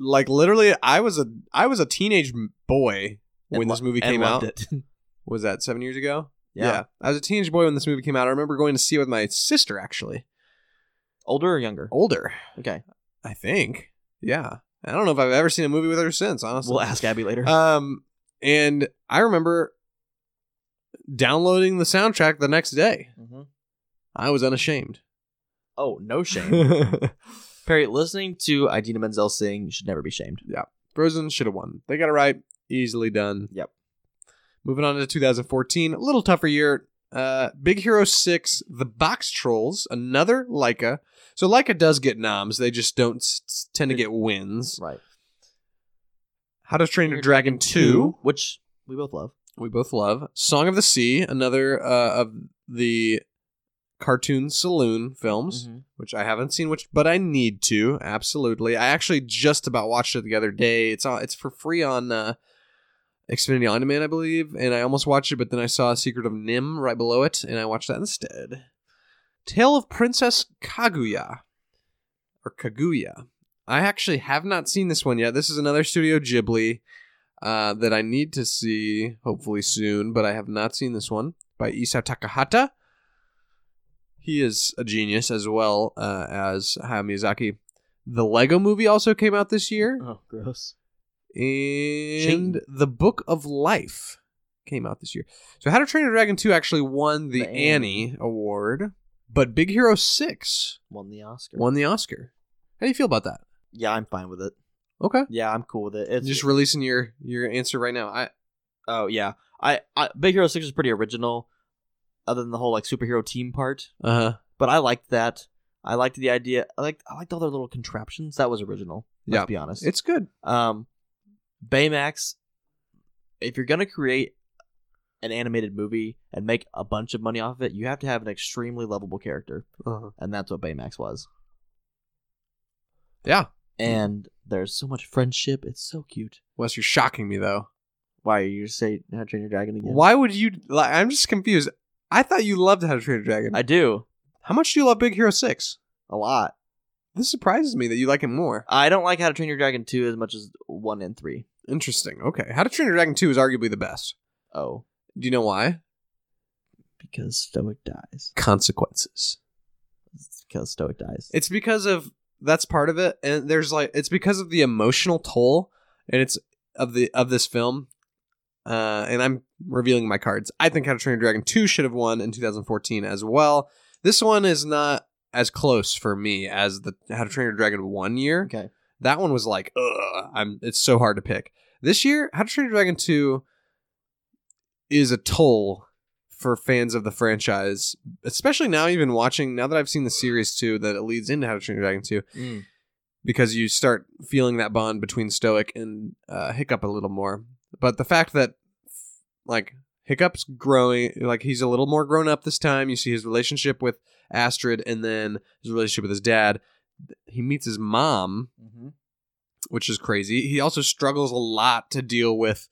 A: like literally i was a i was a teenage m- boy
B: and
A: when this
B: lo-
A: movie
B: and
A: came out
B: loved it. (laughs)
A: was that seven years ago
B: yeah.
A: i was a teenage boy when this movie came out i remember going to see it with my sister actually
B: Older or younger?
A: older
B: Okay.
A: i think yeah i don't know if i've ever seen a movie with her since honestly
B: We'll ask Abby (laughs) later.
A: um and i remember downloading the soundtrack the next day
B: Mhm.
A: i was unashamed
B: Oh, no (laughs) shame. Perry, listening to Idina Menzel sing should never be shamed.
A: Frozen should have won. They got it right. Easily done.
B: Yep.
A: Moving on to 2014, a little tougher year. Uh, Big Hero 6, The Box Trolls, another Leica. So Leica does get noms. They just don't s- s- tend to get wins.
B: Right.
A: How to Train Your Dragon 2,
B: Which we both love.
A: we both love. Song of the Sea, another uh, of the cartoon saloon films,
B: Mm-hmm.
A: which I haven't seen, which but I need to absolutely. I actually just about watched it the other day. It's on, it's for free on uh, Xfinity On Demand, I believe, and I almost watched it, but then I saw Secret of Nim right below it, and I watched that instead. Tale of Princess Kaguya, or Kaguya. I actually have not seen this one yet. This is another Studio Ghibli uh, that I need to see hopefully soon, but I have not seen this one by Isao Takahata. He is a genius as well uh, as Hayao Miyazaki. The Lego Movie also came out this year
B: Oh, gross.
A: and the Book of Life came out this year. So How to Train Your Dragon 2 actually won the,
B: The Annie.
A: Annie. award, but Big Hero 6
B: Won the Oscar.
A: won the Oscar. How do you feel about that?
B: Yeah, I'm fine with it.
A: Okay.
B: Yeah, I'm cool with it. It's
A: Just releasing your your answer right now. I
B: oh yeah. I, I Big Hero Six is pretty original, other than the whole like superhero team part.
A: uh
B: But I liked that. I liked the idea. I liked I liked all their little contraptions. That was original. Let's
A: Yeah.
B: be honest.
A: it's good.
B: um, Baymax. If you're gonna create an animated movie and make a bunch of money off of it, you have to have an extremely lovable character,
A: Uh-huh.
B: and that's what Baymax was.
A: Yeah.
B: And there's so much friendship. It's so cute.
A: Wes, you're shocking me though.
B: Why you say How to Train Your Dragon again?
A: Why would you like I'm just confused. I thought you loved How to Train Your Dragon.
B: I do
A: How much do you love Big Hero 6?
B: a lot.
A: This surprises me that you like it more.
B: I don't like How to Train Your Dragon 2 as much as 1 and 3.
A: Interesting. Okay. How to Train Your Dragon 2 is arguably the best.
B: Oh,
A: Do you know why?
B: because Stoic dies.
A: Consequences.
B: It's because Stoic dies.
A: It's because of that's part of it, and there's like it's because of the emotional toll, and it's of the of this film, uh, and I'm revealing my cards. I think How to Train Your Dragon Two should have won in 2014 as well. This one is not as close for me as the How to Train Your Dragon one year.
D: Okay.
A: that one was like, Ugh, I'm. It's so hard to pick. This year, How to Train Your Dragon Two is a toll for fans of the franchise, especially now. Even watching now that I've seen the series too, that it leads into How to Train Your Dragon Two
B: Mm.
A: because you start feeling that bond between Stoic and uh, Hiccup a little more. But the fact that like Hiccup's growing, like he's a little more grown up this time. You see his relationship with Astrid, and then his relationship with his dad. He meets his mom,
B: Mhm.
A: which is crazy. He also struggles a lot to deal with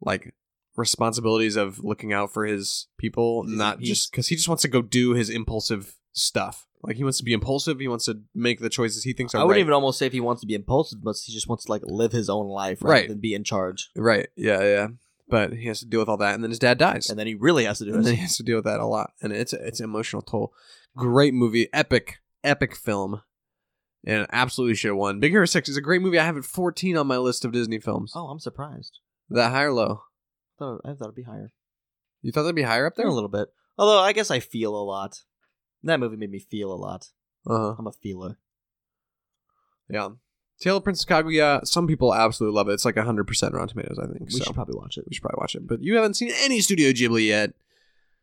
A: like responsibilities of looking out for his people,
B: He's-
A: not
B: he's-
A: just because he just wants to go do his impulsive stuff. Like he wants to be impulsive. He wants to make the choices he thinks are
B: I wouldn't
A: right.
B: even almost say if he wants to be impulsive, but he just wants to like live his own life
A: Right.
B: rather than be in charge.
A: Right. Yeah. Yeah. But he has to deal with all that, and then his dad dies,
B: And then he really has to do
A: and then
B: it.
A: he has to deal with that a lot, and it's it's an emotional toll. Great movie, epic, epic film, and absolutely should have won. Big Hero Six is a great movie. I have it fourteen on my list of Disney films.
B: Oh, I'm surprised.
A: That high or low?
B: I thought, I thought it'd be higher.
A: You thought that'd be higher up there?
B: There a little bit. Although I guess I feel a lot. That movie made me feel a lot.
A: Uh huh.
B: I'm a feeler.
A: Yeah. Tale of Princess Kaguya. Some people absolutely love it. It's like hundred percent Rotten Tomatoes. I think.
B: We
A: so
B: should probably watch it.
A: we should probably watch it. But you haven't seen any Studio Ghibli yet,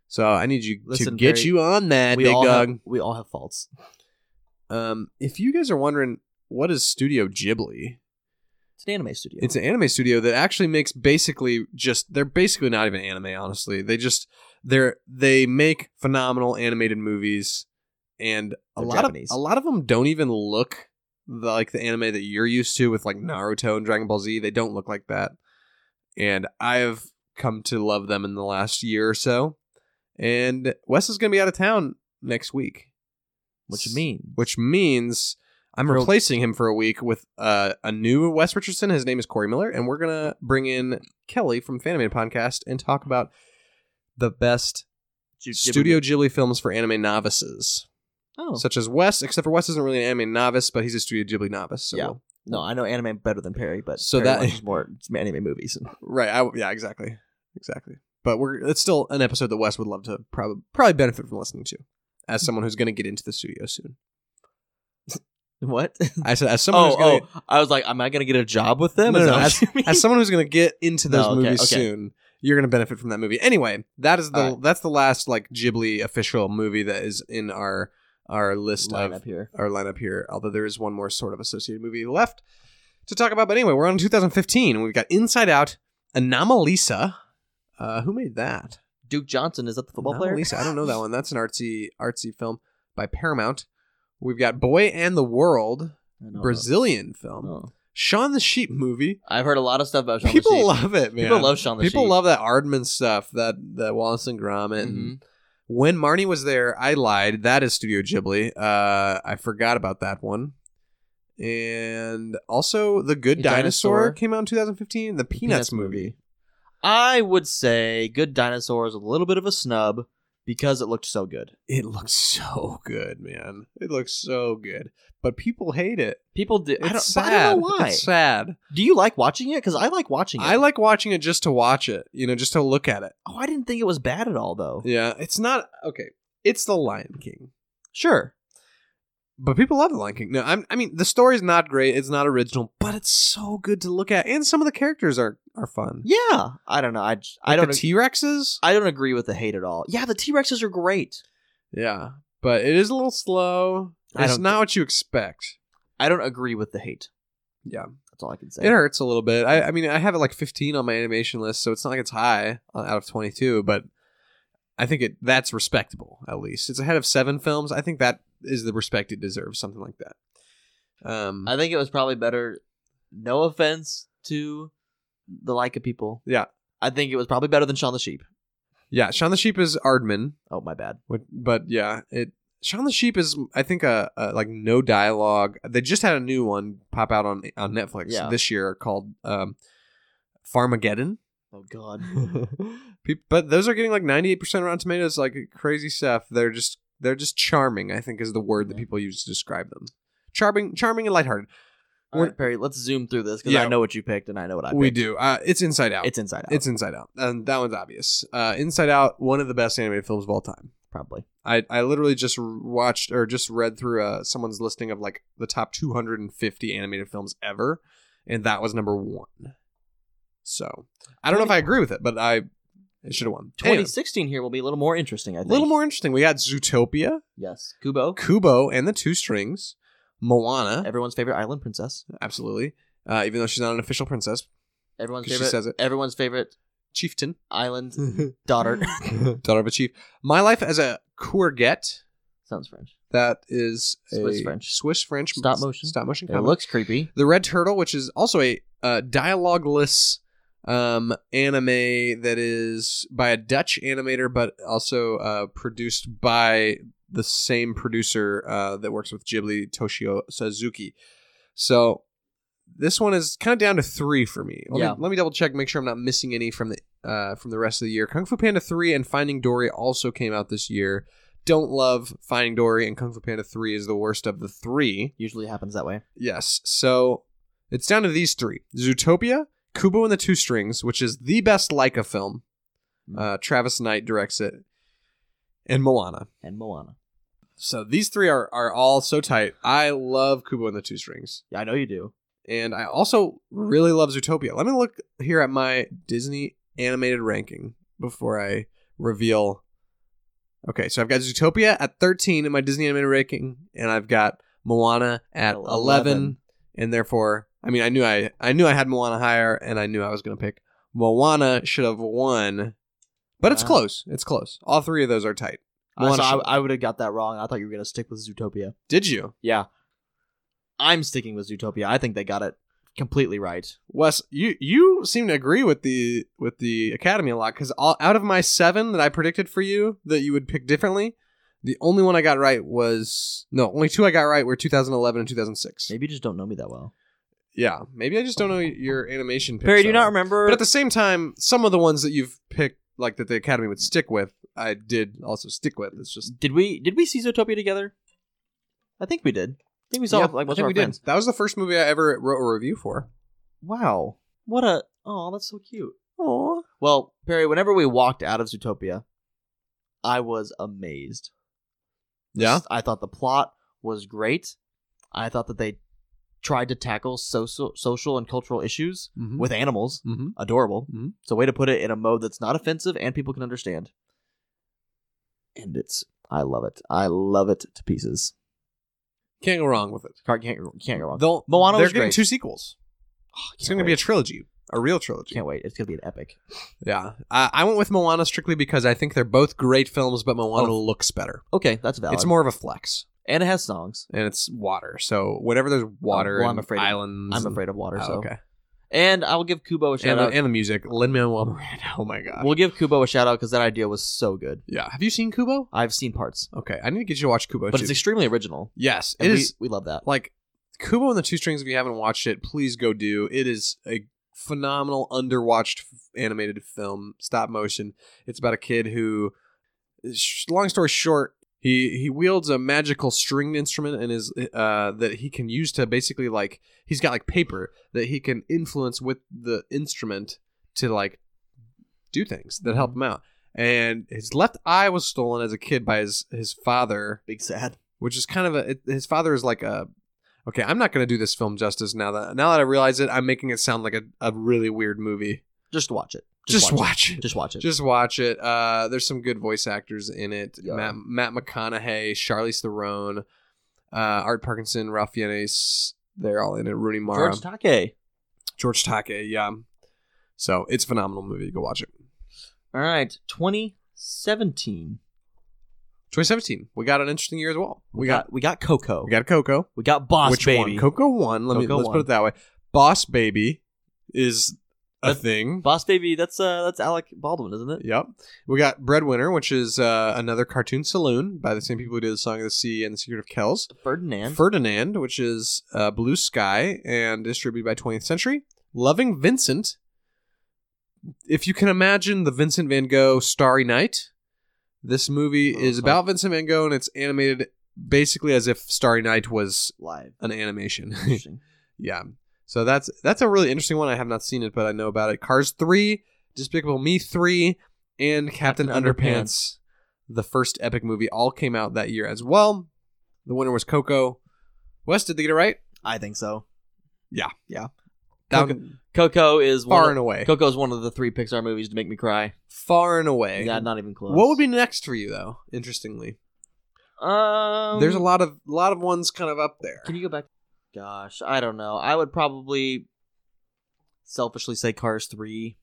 A: so I need you to
B: Listen,
A: get
B: Barry,
A: you on that,
B: we
A: big
B: all
A: dog.
B: Have, we all have faults.
A: Um, if you guys are wondering what is Studio Ghibli,
B: It's an anime studio.
A: it's an anime studio that actually makes basically just they're basically not even anime. Honestly, they just they're they make phenomenal animated movies, and a
B: They're
A: lot
B: Japanese.
A: of a lot of them don't even look the, like the anime that you're used to with like Naruto and Dragon Ball Z. They don't look like that, and I've come to love them in the last year or so. And Wes is going to be out of town next week
B: what you mean?
A: which means I'm
B: Real-
A: replacing him for a week with uh, a new Wes Richardson. His name is Corey Miller, and we're gonna bring in Kelly from Fanimated Podcast and talk about the best
B: Ghibli-
A: Studio Ghibli films for anime novices,
B: Oh
A: such as Wes. Except for Wes isn't really an anime novice, but he's a Studio Ghibli novice. So
B: Yeah.
A: we'll-
B: no, I know anime better than Perry, but
A: So
B: so
A: that-
B: that is more anime movies. (laughs)
A: right. I, yeah, exactly, exactly. But we're it's still an episode that Wes would love to probably probably benefit from listening to,
B: Hmm.
A: as someone who's gonna get into the studio soon. (laughs)
B: What?
A: I said as someone
B: Oh,
A: who's gonna
B: oh! I was like, am I gonna get a job with them?
A: No,
B: Is
A: no,
B: that what you mean?
A: as someone who's going to get into those
B: No, okay,
A: movies
B: okay.
A: soon, you're going to benefit from that movie. Anyway, that is the
B: All right.
A: that's the last like Ghibli official movie that is in our our list
B: Line
A: of
B: up here.
A: our lineup here. Although there is one more sort of associated movie left to talk about. But anyway, we're on 2015, and we've got Inside Out, Anomalisa. Uh, who made that?
B: Duke Johnson is that the football player?
A: Anomalisa. I don't know
B: (laughs)
A: that one. That's an artsy artsy film by Paramount. We've got Boy and the World,
B: I know.
A: Brazilian film.
B: Oh.
A: Sean the Sheep movie.
B: I've heard a lot of stuff about Shaun
A: People
B: the Sheep.
A: love it, man.
B: People love Shaun the
A: People
B: Sheep.
A: love that Aardman stuff, that that Wallace and Gromit.
B: Mm-hmm.
A: And when Marnie was there, I lied. That is Studio Ghibli. Uh, I forgot about that one. And also, The Good
B: The
A: Dinosaur,
B: Dinosaur.
A: came out in 2015. The Peanuts, movie.
B: I would say Good Dinosaur is a little bit of a snub because it looked so good.
A: It looks so good, man. It looks so good, but people hate it.
B: People do.
A: It's
B: I don't,
A: sad.
B: I don't know why.
A: It's sad.
B: Do you like watching it? Because I like watching it.
A: I like watching it just to watch it. You know, just to look at it.
B: Oh, I didn't think it was bad at all, though.
A: Yeah, it's not okay. It's The Lion King.
B: Sure.
A: But people love The Lion King. No, I'm, I mean the story's not great. It's not original, but it's so good to look at, and some of the characters are are fun.
B: Yeah. I don't know. I, j- I don't.
A: the
B: ag-
A: T Rexes.
B: I don't agree with the hate at all. Yeah, the T Rexes are great.
A: Yeah, but it is a little slow.
B: I
A: It's
B: don't
A: not what you expect.
B: I don't agree with the hate.
A: Yeah,
B: That's all I can say.
A: it hurts a little bit. I, I mean, I have it like 15 on my animation list, so it's not like it's high uh, out of 22, but I think it that's respectable at least. It's ahead of seven films. I think that is the respect it deserves. Something like that. Um,
B: I think it was probably better. No offense to the Leica people.
A: Yeah.
B: I think it was probably better than Shaun the Sheep.
A: yeah, Shaun the Sheep is Ardman.
B: Oh, my bad.
A: What, but yeah, it Shaun the Sheep is I think a, a like no dialogue. They just had a new one pop out on on Netflix
B: Yeah.
A: this year called um, Farmageddon.
B: Oh,
A: (laughs)
B: God.
A: Peop- but those are getting like ninety eight percent Rotten Tomatoes, like crazy stuff. They're just they're just charming. I think is the word that people use to describe them. Charming, charming, and lighthearted.
B: All right, Perry, let's zoom through this because
A: Yeah.
B: I know what you picked and I know what I picked.
A: we do. Uh, it's Inside Out.
B: It's Inside Out.
A: It's Inside Out. And that one's obvious. Uh, Inside Out, one of the best animated films of all time.
B: probably.
A: I, I literally just watched or just read through uh, someone's listing of like the top 250 animated films ever, and that was number one. So I don't know if I agree with it, but I it should have won. Anyway,
B: 2016 here will be a little more interesting, I
A: a
B: think.
A: little more interesting. We got Zootopia,
B: Yes. Kubo,
A: Kubo and the Two Strings, Moana,
B: everyone's favorite island princess.
A: absolutely. Uh, even though she's not an official princess,
B: Everyone's
A: 'Cause she
B: favorite.
A: says it.
B: Everyone's favorite (laughs)
A: chieftain, (laughs)
B: island daughter.
A: daughter of a chief. My life as a courgette.
B: Sounds French.
A: That is a
B: Swiss French.
A: Swiss French
B: Stop motion.
A: Stop motion.
B: It
A: comic.
B: looks creepy.
A: The Red Turtle, which is also a uh, dialogueless um, anime that is by a Dutch animator, but also uh, produced by the same producer uh, that works with Ghibli, Toshio Suzuki. So this one is kind of down to three for me. Let
B: Yeah.
A: me let me double check, make sure I'm not missing any from the uh, from the rest of the year. Kung Fu Panda three and Finding Dory also came out this year. Don't love Finding Dory and Kung Fu Panda three is the worst of the three.
B: Usually happens that way.
A: Yes. So it's down to these three Zootopia, Kubo and the Two Strings, which is the best Leica film. Uh, Travis Knight directs it, and Moana.
B: And Moana.
A: So these three are, are all so tight. I love Kubo and the Two Strings.
B: Yeah, I know you do.
A: And I also really love Zootopia. Let me look here at my Disney animated ranking before I reveal. Okay, so I've got Zootopia at 13 in my Disney animated ranking, and I've got Moana at 11,
B: 11.
A: and therefore, I mean, I knew I I knew I had Moana higher, and I knew I was going to pick Moana should have won, but it's
B: Wow.
A: close. It's close. All three of those are tight.
B: Uh-huh. Uh, so
A: Moana should-
B: I, I would have got that wrong. I thought you were going to stick with Zootopia.
A: Did you,
B: Yeah. I'm sticking with Zootopia. I think they got it completely right.
A: Wes? You you seem to agree with the with the Academy a lot because out of my seven that I predicted for you that you would pick differently, the only one I got right was no, only two I got right were 2011 and 2006.
B: Maybe you just don't know me that well.
A: Yeah, maybe I just don't know your animation. Picks
B: Perry, do you
A: that
B: not
A: well.
B: remember?
A: But at the same time, some of the ones that you've picked, like that the Academy would stick with, I did also stick with. It's just
B: did we did we see Zootopia together? I think we did. I think we saw
A: Yeah, I
B: like most
A: think
B: of our
A: we did.
B: friends.
A: That was the first movie I ever wrote a review for.
B: Wow. What a oh, that's so cute. Aww. Well, Perry, whenever we walked out of Zootopia, I was amazed. I thought the plot was great. I thought that they tried to tackle social social and cultural issues
A: Mhm.
B: with animals.
A: Mhm.
B: Adorable.
A: Mhm.
B: So way to put it in a mode that's not offensive and people can understand. And it's I love it. I love it to pieces.
A: Can't go wrong with it.
B: Can't can't, can't go wrong.
A: They'll,
B: Moana
A: they're
B: was
A: getting
B: great. Oh,
A: two sequels. It's going to be a trilogy, a real trilogy.
B: can't wait. It's gonna be an epic.
A: Yeah, I, I went with Moana strictly because I think they're both great films, but Moana
B: Oh.
A: looks better.
B: Okay, that's valid.
A: It's more of a flex,
B: and it has songs.
A: and it's water. So whenever there's water,
B: Oh, well, I'm
A: and
B: afraid of-
A: islands.
B: I'm
A: and-
B: afraid of water.
A: Oh,
B: so
A: okay,
B: and I will give Kubo a shout
A: and the,
B: out.
A: and the music, Lin Manuel Miranda. (laughs) Oh my god.
B: We'll give Kubo a shout out because that idea was so good.
A: yeah, have you seen Kubo?
B: I've seen parts,
A: Okay, I need to get you to watch Kubo.
B: but
A: too.
B: it's extremely original.
A: yes, it
B: And
A: is
B: we, we love that.
A: like Kubo and the Two Strings. If you haven't watched it, please go do. It is a phenomenal underwatched f- animated film, stop motion. It's about a kid who, sh- long story short, he he wields a magical stringed instrument and is uh, that he can use to basically like he's got like paper that he can influence with the instrument to like do things that help him out. And his left eye was stolen as a kid by his his father
B: Big sad.
A: which is kind of a it, his father is like a okay i'm not going to do this film justice now that now that i realize it i'm making it sound like a, a really weird movie
B: Just watch it.
A: just, watch,
B: it.
A: it.
B: Just watch it.
A: just watch it uh there's some good voice actors in it
B: Yeah.
A: matt, matt mcconaughey charlize theron uh art parkinson ralph fiennes they're all in it rooney mara
B: George Take.
A: george take yeah so it's a phenomenal movie go watch it
B: All right, 2017.
A: 2017 we got an interesting year as well we,
B: We
A: got,
B: got we got Coco.
A: we got cocoa
B: We got Boss
A: Which
B: Baby.
A: one? Coco one. Let me
B: Coco
A: let's
B: one.
A: put it that way. Boss Baby is a
B: That's-
A: thing.
B: Boss Baby. That's uh that's Alec Baldwin, isn't it?
A: Yep. We got Breadwinner, which is uh, another cartoon saloon by the same people who did the Song of the Sea and the Secret of Kells.
B: Ferdinand.
A: Ferdinand, which is uh, Blue Sky and distributed by 20th Century. Loving Vincent. If you can imagine the Vincent Van Gogh Starry Night, this movie
B: Oh,
A: is
B: fuck.
A: about Vincent Van Gogh and it's animated basically as if Starry Night was
B: Live.
A: (laughs) an animation.
B: Interesting.
A: Yeah. So that's that's a really interesting one. I have not seen it, but I know about it. Cars three, Despicable Me three, and Captain,
B: Captain
A: Underpants, the first epic movie, all came out that year as well. The winner was Coco. West, did they get it right?
B: I think so.
A: Down
B: Coco is
A: far
B: one.
A: and
B: Of,
A: away.
B: Coco is one of the three Pixar movies to make me cry.
A: Far and away.
B: Yeah, not even close.
A: what would be next for you though? Interestingly,
B: Um,
A: there's a lot of lot of ones kind of up there.
B: Can you go back? Gosh, I don't know. I would probably selfishly say Cars Three.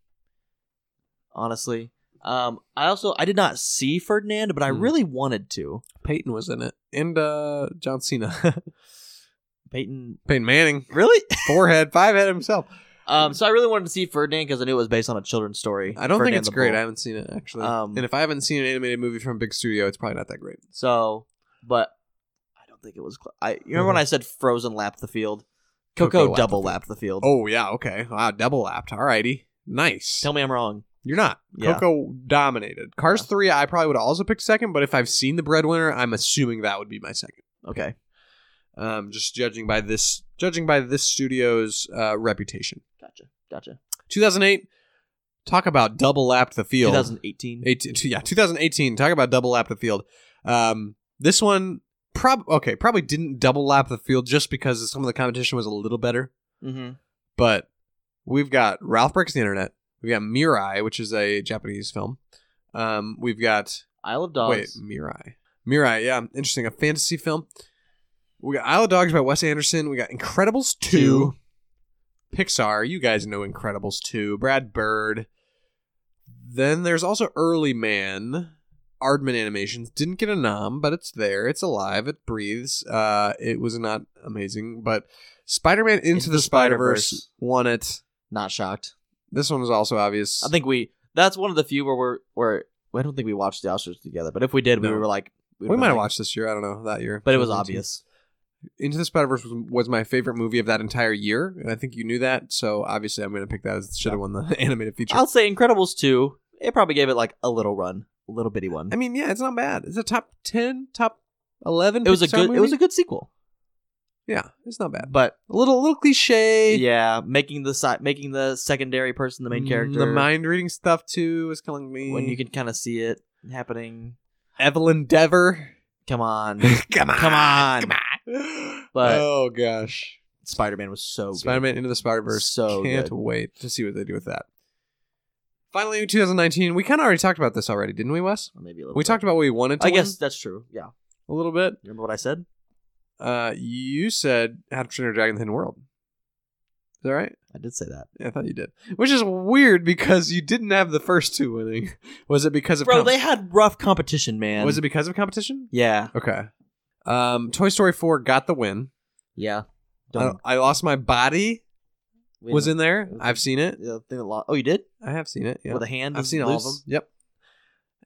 B: Honestly, um, I also I did not see Ferdinand, but I
A: Hmm.
B: really wanted to.
A: Peyton was in it, and uh, John Cena, (laughs)
B: Peyton,
A: Peyton Manning,
B: really?
A: forehead, five head himself.
B: um, so I really wanted to see Ferdinand because I knew it was based on a children's story.
A: I don't think
B: Ferdinand
A: it's
B: the
A: great.
B: Bull.
A: I haven't seen it actually.
B: Um,
A: and if I haven't seen an animated movie from a big studio, it's probably not that great.
B: So, but I don't think it was. Cl- I you remember when I said Frozen lapped the field?
A: Mm-hmm. Coco
B: Coco,
A: lapped the
B: double
A: field.
B: lapped the field.
A: Oh yeah, okay. Wow, double lapped. Alrighty. Nice.
B: Tell me I'm wrong.
A: You're not.
B: Yeah.
A: Coco dominated. Cars 3, I probably would have also picked second, but if I've seen The Breadwinner, I'm assuming that would be my second.
B: Okay,
A: Um, just judging by this judging by this studio's uh, reputation.
B: gotcha, gotcha.
A: 2008, talk about double lapped the field.
B: 2018.
A: 18, yeah, 2018. Talk about double lap the field. Um, this one, prob okay, probably didn't double lap the field just because some of the competition was a little better.
B: Mm-hmm.
A: But we've got Ralph Breaks the Internet. We've got Mirai, which is a Japanese film. Um, we've got
B: Isle of Dogs.
A: wait Mirai, Mirai. Yeah, interesting. A fantasy film. We got Isle of Dogs by Wes Anderson. We got Incredibles two. Pixar. You guys know Incredibles two. Brad Bird. Then there's also Early Man. Aardman Animations didn't get a nom, but it's there. It's alive. It breathes. Uh, it was not amazing, but Spider-Man Into, the, Spider-Verse,
B: Spider-Verse.
A: won it.
B: Not shocked.
A: This one was also obvious.
B: I think we. That's one of the few where we're where I don't think we watched the Oscars together, but if we did,
A: No.
B: we were like
A: we might have watched this year. I don't know that year,
B: but it was
A: 2019.
B: obvious.
A: Into the Spider Verse was, was my favorite movie of that entire year, and I think you knew that. So obviously, I'm going to pick that as should have won the (laughs) animated feature.
B: I'll say Incredibles two. It probably gave it like a little run, a little bitty one.
A: I mean, yeah, it's not bad. It's a top ten, top eleven.
B: it was a
A: Pixar
B: good. It was a
A: movie.
B: good sequel,
A: yeah. It's not bad.
B: but
A: A little, little cliche.
B: yeah, making the si- making the secondary person the main
A: Mm,
B: character.
A: The mind reading stuff too is killing me.
B: when you can kind of see it happening.
A: Evelyn Dever. (laughs)
B: Come on,
A: come on,
B: (laughs) Come on.
A: come (gasps) on.
B: But-
A: oh gosh,
B: Spider Man was so good.
A: Spider Man Into the Spider Verse.
B: So
A: can't
B: good.
A: wait to see what they do with that. Finally, 2019. We kind of already talked about this already, didn't we, Wes?
B: Or Maybe a little
A: We
B: bit.
A: talked about what we wanted to
B: I
A: win
B: guess that's true. Yeah,
A: a little bit.
B: remember what I said?
A: Uh, you said How to Train Your Dragon: The Hidden World. Is that right?
B: I did say that,
A: Yeah, I thought you did, which is weird because you didn't have the first two winning. (laughs) Was it because of
B: bro.
A: com-
B: They had rough competition, man.
A: was it because of competition?
B: Yeah,
A: Okay. Um, Toy Story Four got the win.
B: yeah.
A: I, I lost my body
B: We
A: was
B: didn't-
A: in there. I've seen it.
B: the thing that lo- Oh, you did
A: I have seen it. Yeah,
B: with a hand.
A: I've
B: is
A: seen all of them.
B: loose?
A: Yep.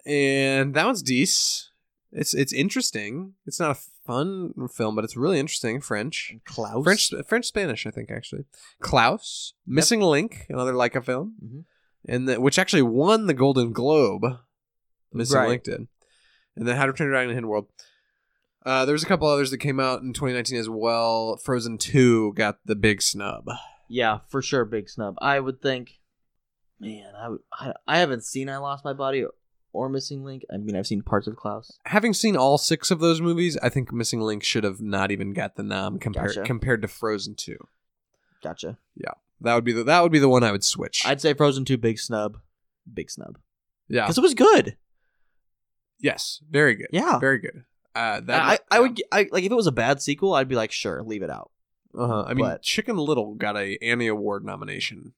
A: And that one's Dees. It's it's interesting. It's not a fun film, but it's really interesting. French.
B: And Klaus.
A: French, French, Spanish, I think actually. Klaus, Missing Link, another Leica film,
B: Mhm.
A: and the, which actually won the Golden Globe. Missing
B: Right.
A: Link did, and then How to Train Your Dragon: The Hidden World. Uh, there was a couple others that came out in 2019 as well. Frozen Two got the big snub.
B: Yeah, for sure, big snub. I would think. Man, I would, I, I haven't seen I Lost My Body or, or Missing Link. I mean, I've seen parts of Klaus.
A: Having seen all six of those movies, I think Missing Link should have not even got the nom compared
B: Gotcha.
A: compared to Frozen Two.
B: Gotcha.
A: That would be the that would be the one I would switch.
B: I'd say Frozen Two, big snub, big snub,
A: yeah.
B: because it was good.
A: Yes. Very good.
B: Yeah,
A: Very good. Uh, that
B: I, I would g- I, like if it was a bad sequel, I'd be like, sure, leave it out.
A: Uh-huh. I mean,
B: But-
A: Chicken Little got a Annie Award nomination.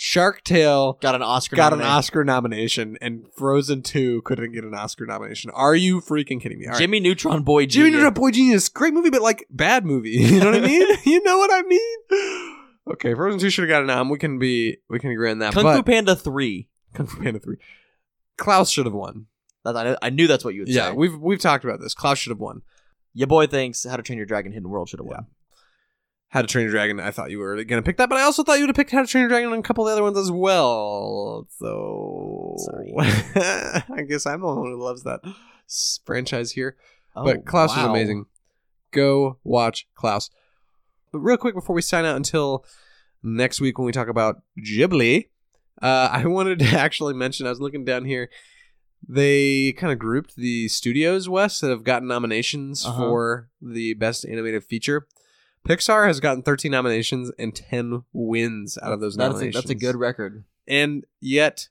A: Shark Tale
B: Got an Oscar.
A: got an
B: nomination.
A: Oscar nomination, and Frozen Two couldn't get an Oscar nomination. Are you freaking kidding me? All right.
B: Jimmy Neutron Boy.
A: Jimmy
B: Genius.
A: Neutron, Boy Genius, great movie, but like bad movie. (laughs) You know
B: (laughs)
A: what I mean? you know what I mean? Okay, Frozen Two should have got a nom. We can be we can agree on that.
B: Kung
A: but
B: Fu Panda Three.
A: Kung Fu Panda Three, Klaus should have won.
B: That- I, I knew that's what you would
A: Yeah,
B: say.
A: we've we've talked about this. Klaus should have won.
B: Your boy thinks How to Train Your Dragon Hidden World should have won.
A: How to Train Your Dragon. I thought you were gonna pick that, but I also thought you would have picked How to Train Your Dragon and a couple of the other ones as well. So
B: Sorry.
A: (laughs) I guess I'm the one who loves that s- franchise here.
B: Oh,
A: but Klaus is
B: wow.
A: amazing. Go watch Klaus. But real quick before we sign out until next week when we talk about Ghibli, uh, (laughs) I wanted to actually mention I was looking down here. They kind of grouped the studios Wes that have gotten nominations
B: Uh-huh.
A: for the best animated feature. Pixar has gotten 13 nominations and 10 wins out of those
B: That's a,
A: nominations.
B: that's a good record.
A: And yet,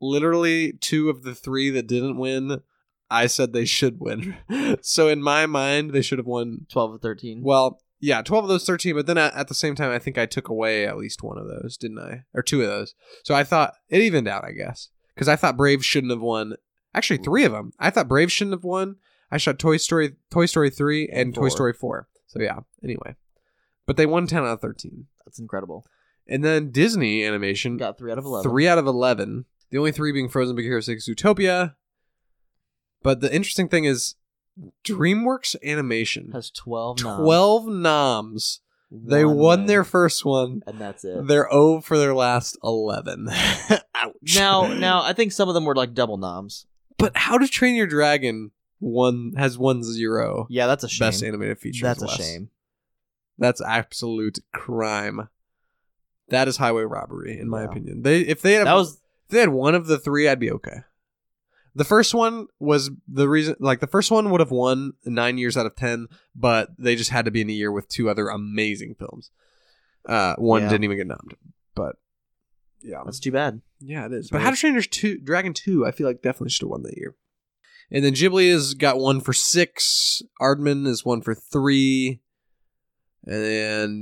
A: literally two of the three that didn't win, I said they should win. (laughs) so in my mind, they should have won.
B: Twelve to thirteen.
A: Well, yeah, twelve of those thirteen. But then at, at the same time, I think I took away at least one of those, didn't I? Or two of those. So I thought it evened out, I guess, because I thought Brave shouldn't have won. Actually, three of them. I thought Brave shouldn't have won. I shot Toy Story, Toy Story three, and Toy
B: Four.
A: Story four. So yeah. Anyway, but they won ten out of thirteen.
B: that's incredible.
A: And then Disney Animation
B: Got three out of eleven.
A: Three out of eleven. The only three being Frozen, Big Hero Six, Utopia. But the interesting thing is, DreamWorks Animation
B: has twelve. noms.
A: twelve noms. They
B: One
A: won
B: win.
A: their first one.
B: and that's it.
A: They're O for their last eleven. (laughs) Ouch. (laughs)
B: Now, now I think some of them were like double noms.
A: but How to Train Your Dragon one has one zero
B: Yeah, that's a shame.
A: best animated features.
B: that's a
A: Wes.
B: shame.
A: That's absolute crime. That is highway robbery, in my
B: Yeah.
A: opinion. They if they had
B: That was
A: If they had one of the three, I'd be okay. The first one was the reason, like, the first one would have won nine years out of ten, but they just had to be in a year with two other amazing films. Uh, one
B: Yeah.
A: didn't even get nommed, but yeah,
B: that's too bad.
A: yeah, it is. But How to Train Your Two, Dragon Two, I feel like definitely should have won that year. And then Ghibli has got one for six. Aardman is one for three, and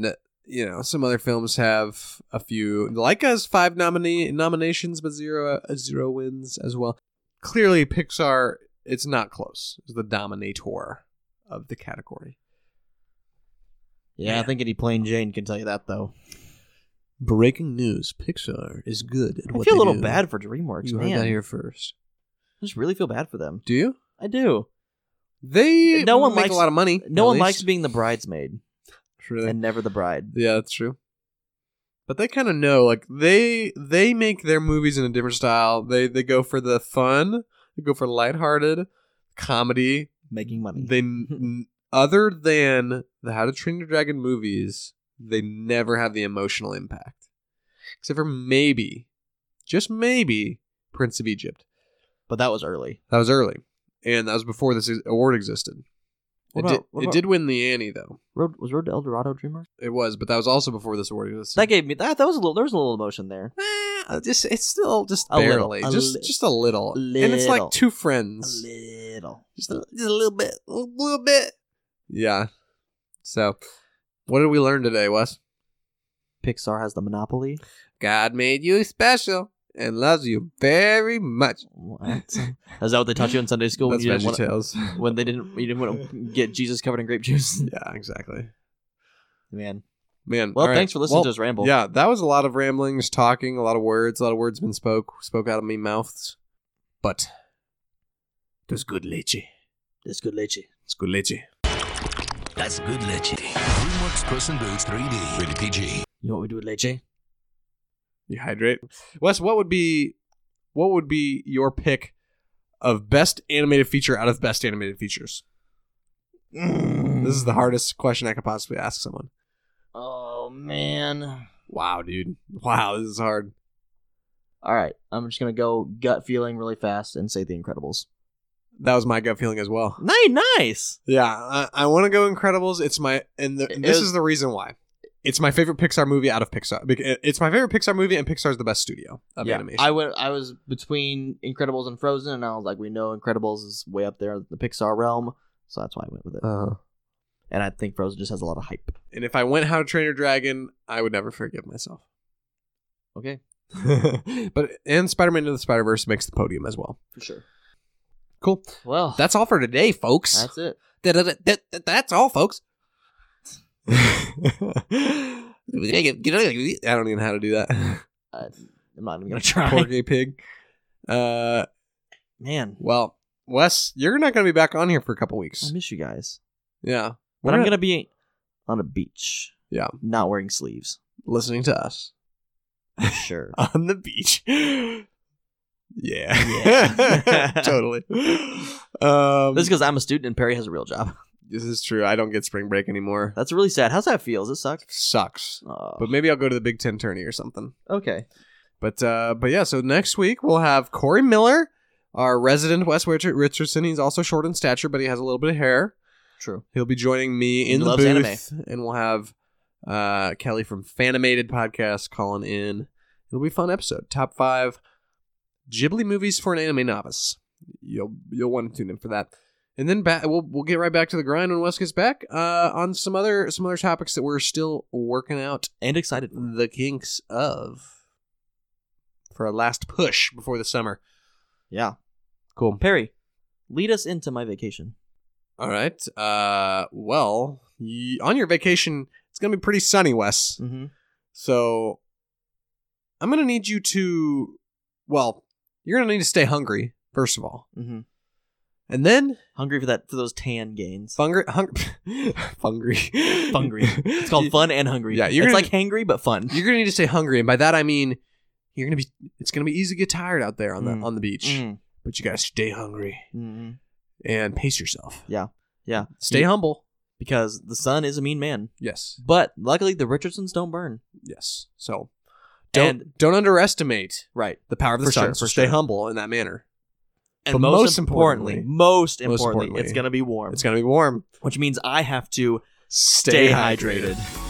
A: then you know some other films have a few. Laika has five nominee nominations, but zero uh, zero wins as well. Clearly, Pixar it's not close. Is the dominator of the category.
B: Yeah, I think any plain Jane can tell you that though.
A: Breaking news: Pixar is good at
B: I feel a little bad for DreamWorks.
A: You heard
B: man.
A: that here first.
B: I just really feel bad for them.
A: Do you?
B: I do.
A: They
B: No one
A: make
B: likes-
A: a lot of money.
B: No
A: at
B: one
A: least.
B: likes being the bridesmaid
A: Really?
B: and never the bride.
A: yeah, that's true. But they kind of know, like they they make their movies in a different style. They they go for the fun. They go for lighthearted comedy.
B: Making money.
A: They
B: (laughs)
A: n- other than the How to Train Your Dragon movies, they never have the emotional impact, except for maybe, just maybe, Prince of Egypt.
B: but that was early.
A: That was early, and that was before this e-, award existed. it
B: What about-
A: did,
B: what
A: it
B: about-
A: did win the Annie though.
B: Road was Road to El Dorado DreamWorks.
A: It was, but that was also before this award existed.
B: That gave me that. That was a little. There was a little emotion there.
A: Eh, just it's still just
B: A little,
A: barely,
B: a
A: just
B: li-
A: just a little. and it's like
B: little.
A: two
B: A
A: friends,
B: little.
A: just a, just a little bit, a little, little bit. Yeah. So, what did we learn today, Wes?
B: Pixar has the monopoly.
A: God made you special and loves you very much.
B: What? (laughs)
A: (laughs)
B: Is that what they taught you in Sunday school when
A: That's
B: you didn't want
A: VeggieTales.
B: when they didn't you didn't
A: (laughs)
B: want to get Jesus covered in grape juice?
A: yeah, exactly.
B: Man.
A: Man.
B: Well,
A: all right.
B: thanks for listening
A: Well,
B: to us ramble.
A: Yeah, that was a lot of ramblings, talking, a lot of words, a lot of words been spoke, spoke out of me mouths. But it was good leche.
B: It's good leche.
A: It's good leche.
E: That's good leche. DreamWorks Puss in Boots 3D. Rated PG.
B: You know what we do with leche?
A: You hydrate. Wes, what would be what would be your pick of best animated feature out of best animated features? This is the hardest question I could possibly ask someone.
B: Oh man.
A: Wow, dude. Wow, this is hard.
B: All right, I'm just gonna go gut feeling really fast and say The Incredibles.
A: That was my gut feeling as well.
B: Nice, nice.
A: Yeah, I, I want to go Incredibles. It's my and the,
B: It
A: this
B: was-
A: is the reason why. It's my favorite Pixar movie out of Pixar. Bec- eh, It's my favorite Pixar movie, and Pixar's the best studio of animation.
B: I went. I was between Incredibles and Frozen, and I was like, we know Incredibles is way up there in the Pixar realm, so that's why I went with it.
A: Uh-huh.
B: And I think Frozen just has a lot of hype.
A: And if I went How to Train Your Dragon, I would never forgive myself.
B: Okay,
A: (laughs) but and Spider-Man into the Spider-Verse makes the podium as well.
B: for sure.
A: Cool.
B: Well,
A: That's all for today, folks.
B: that's it.
A: That's all,
B: (laughs)
A: folks. I don't even know how to do
B: (laughs)
A: that.
B: I, I'm not even (laughs) gonna
A: (laughs)
B: try.
A: Poor gay pig. Uh,
B: Man,
A: well, Wes, you're not going to be back on here for a couple
B: I
A: weeks.
B: miss you guys.
A: Yeah,
B: But
A: We're
B: I'm
A: not
B: gonna be on a beach.
A: Yeah.
B: not wearing (laughs) sleeves.
A: listening to us (laughs)
B: for Sure.
A: on the beach. (gasps) Yeah,
B: Yeah.
A: totally. Um, (laughs)
B: (laughs) This is because I'm a student and Perry has a real job. (laughs)
A: This is true. I don't get spring break anymore.
B: That's really sad. How's that feel? Does it suck?
A: Sucks.
B: Oh,
A: But maybe I'll go to the Big Ten tourney or something.
B: okay.
A: But uh, but yeah, so next week we'll have Corey Miller, our resident Wes Rich- Richardson. He's also short in stature, but he has a little bit of hair.
B: True.
A: He'll be joining me
B: He
A: in the
B: loves
A: booth, and we'll have uh, Kelly from Fanimated podcast calling in. It'll be a fun episode. Top five Ghibli movies for an anime novice. You'll you'll want to tune in for that. And then back, we'll we'll get right back to the grind when Wes gets back uh, on some other some other topics that we're still working out
B: And excited.
A: the kinks of for a last push before the summer.
B: Yeah.
A: Cool.
B: Perry, lead us into my vacation.
A: All right. Uh, well, y- on your vacation, it's gonna be pretty sunny, Wes.
B: Mm-hmm.
A: So I'm gonna need you to, well, you're gonna need to stay hungry first of all,
B: Mm-hmm.
A: and then
B: Hungry for that for those tan gains.
A: hungry, hungry, (laughs) hungry,
B: Hungry. (laughs)
A: (laughs)
B: It's (laughs) called fun and hungry.
A: Yeah, you're
B: it's
A: gonna-
B: like hangry but fun.
A: You're gonna need to stay hungry, and by that I mean you're gonna be. It's gonna be easy to get tired out there on the
B: Mm.
A: on the beach,
B: Mm.
A: but you gotta stay hungry.
B: Mm-hmm.
A: and pace yourself.
B: Yeah. Yeah.
A: Stay
B: You-
A: humble.
B: Because the sun is a mean man.
A: Yes.
B: But luckily, the Richardsons don't burn.
A: Yes. So don't
B: And-
A: don't underestimate
B: Right.
A: the power of the
B: For
A: sun.
B: sure,
A: so
B: for
A: stay
B: sure.
A: humble in that manner.
B: And
A: But
B: most,
A: most
B: importantly,
A: importantly- most
B: most importantly, Um,
A: importantly,
B: it's going to be warm.
A: It's gonna be warm.
B: which means I have to
A: Stay,
B: stay hydrated.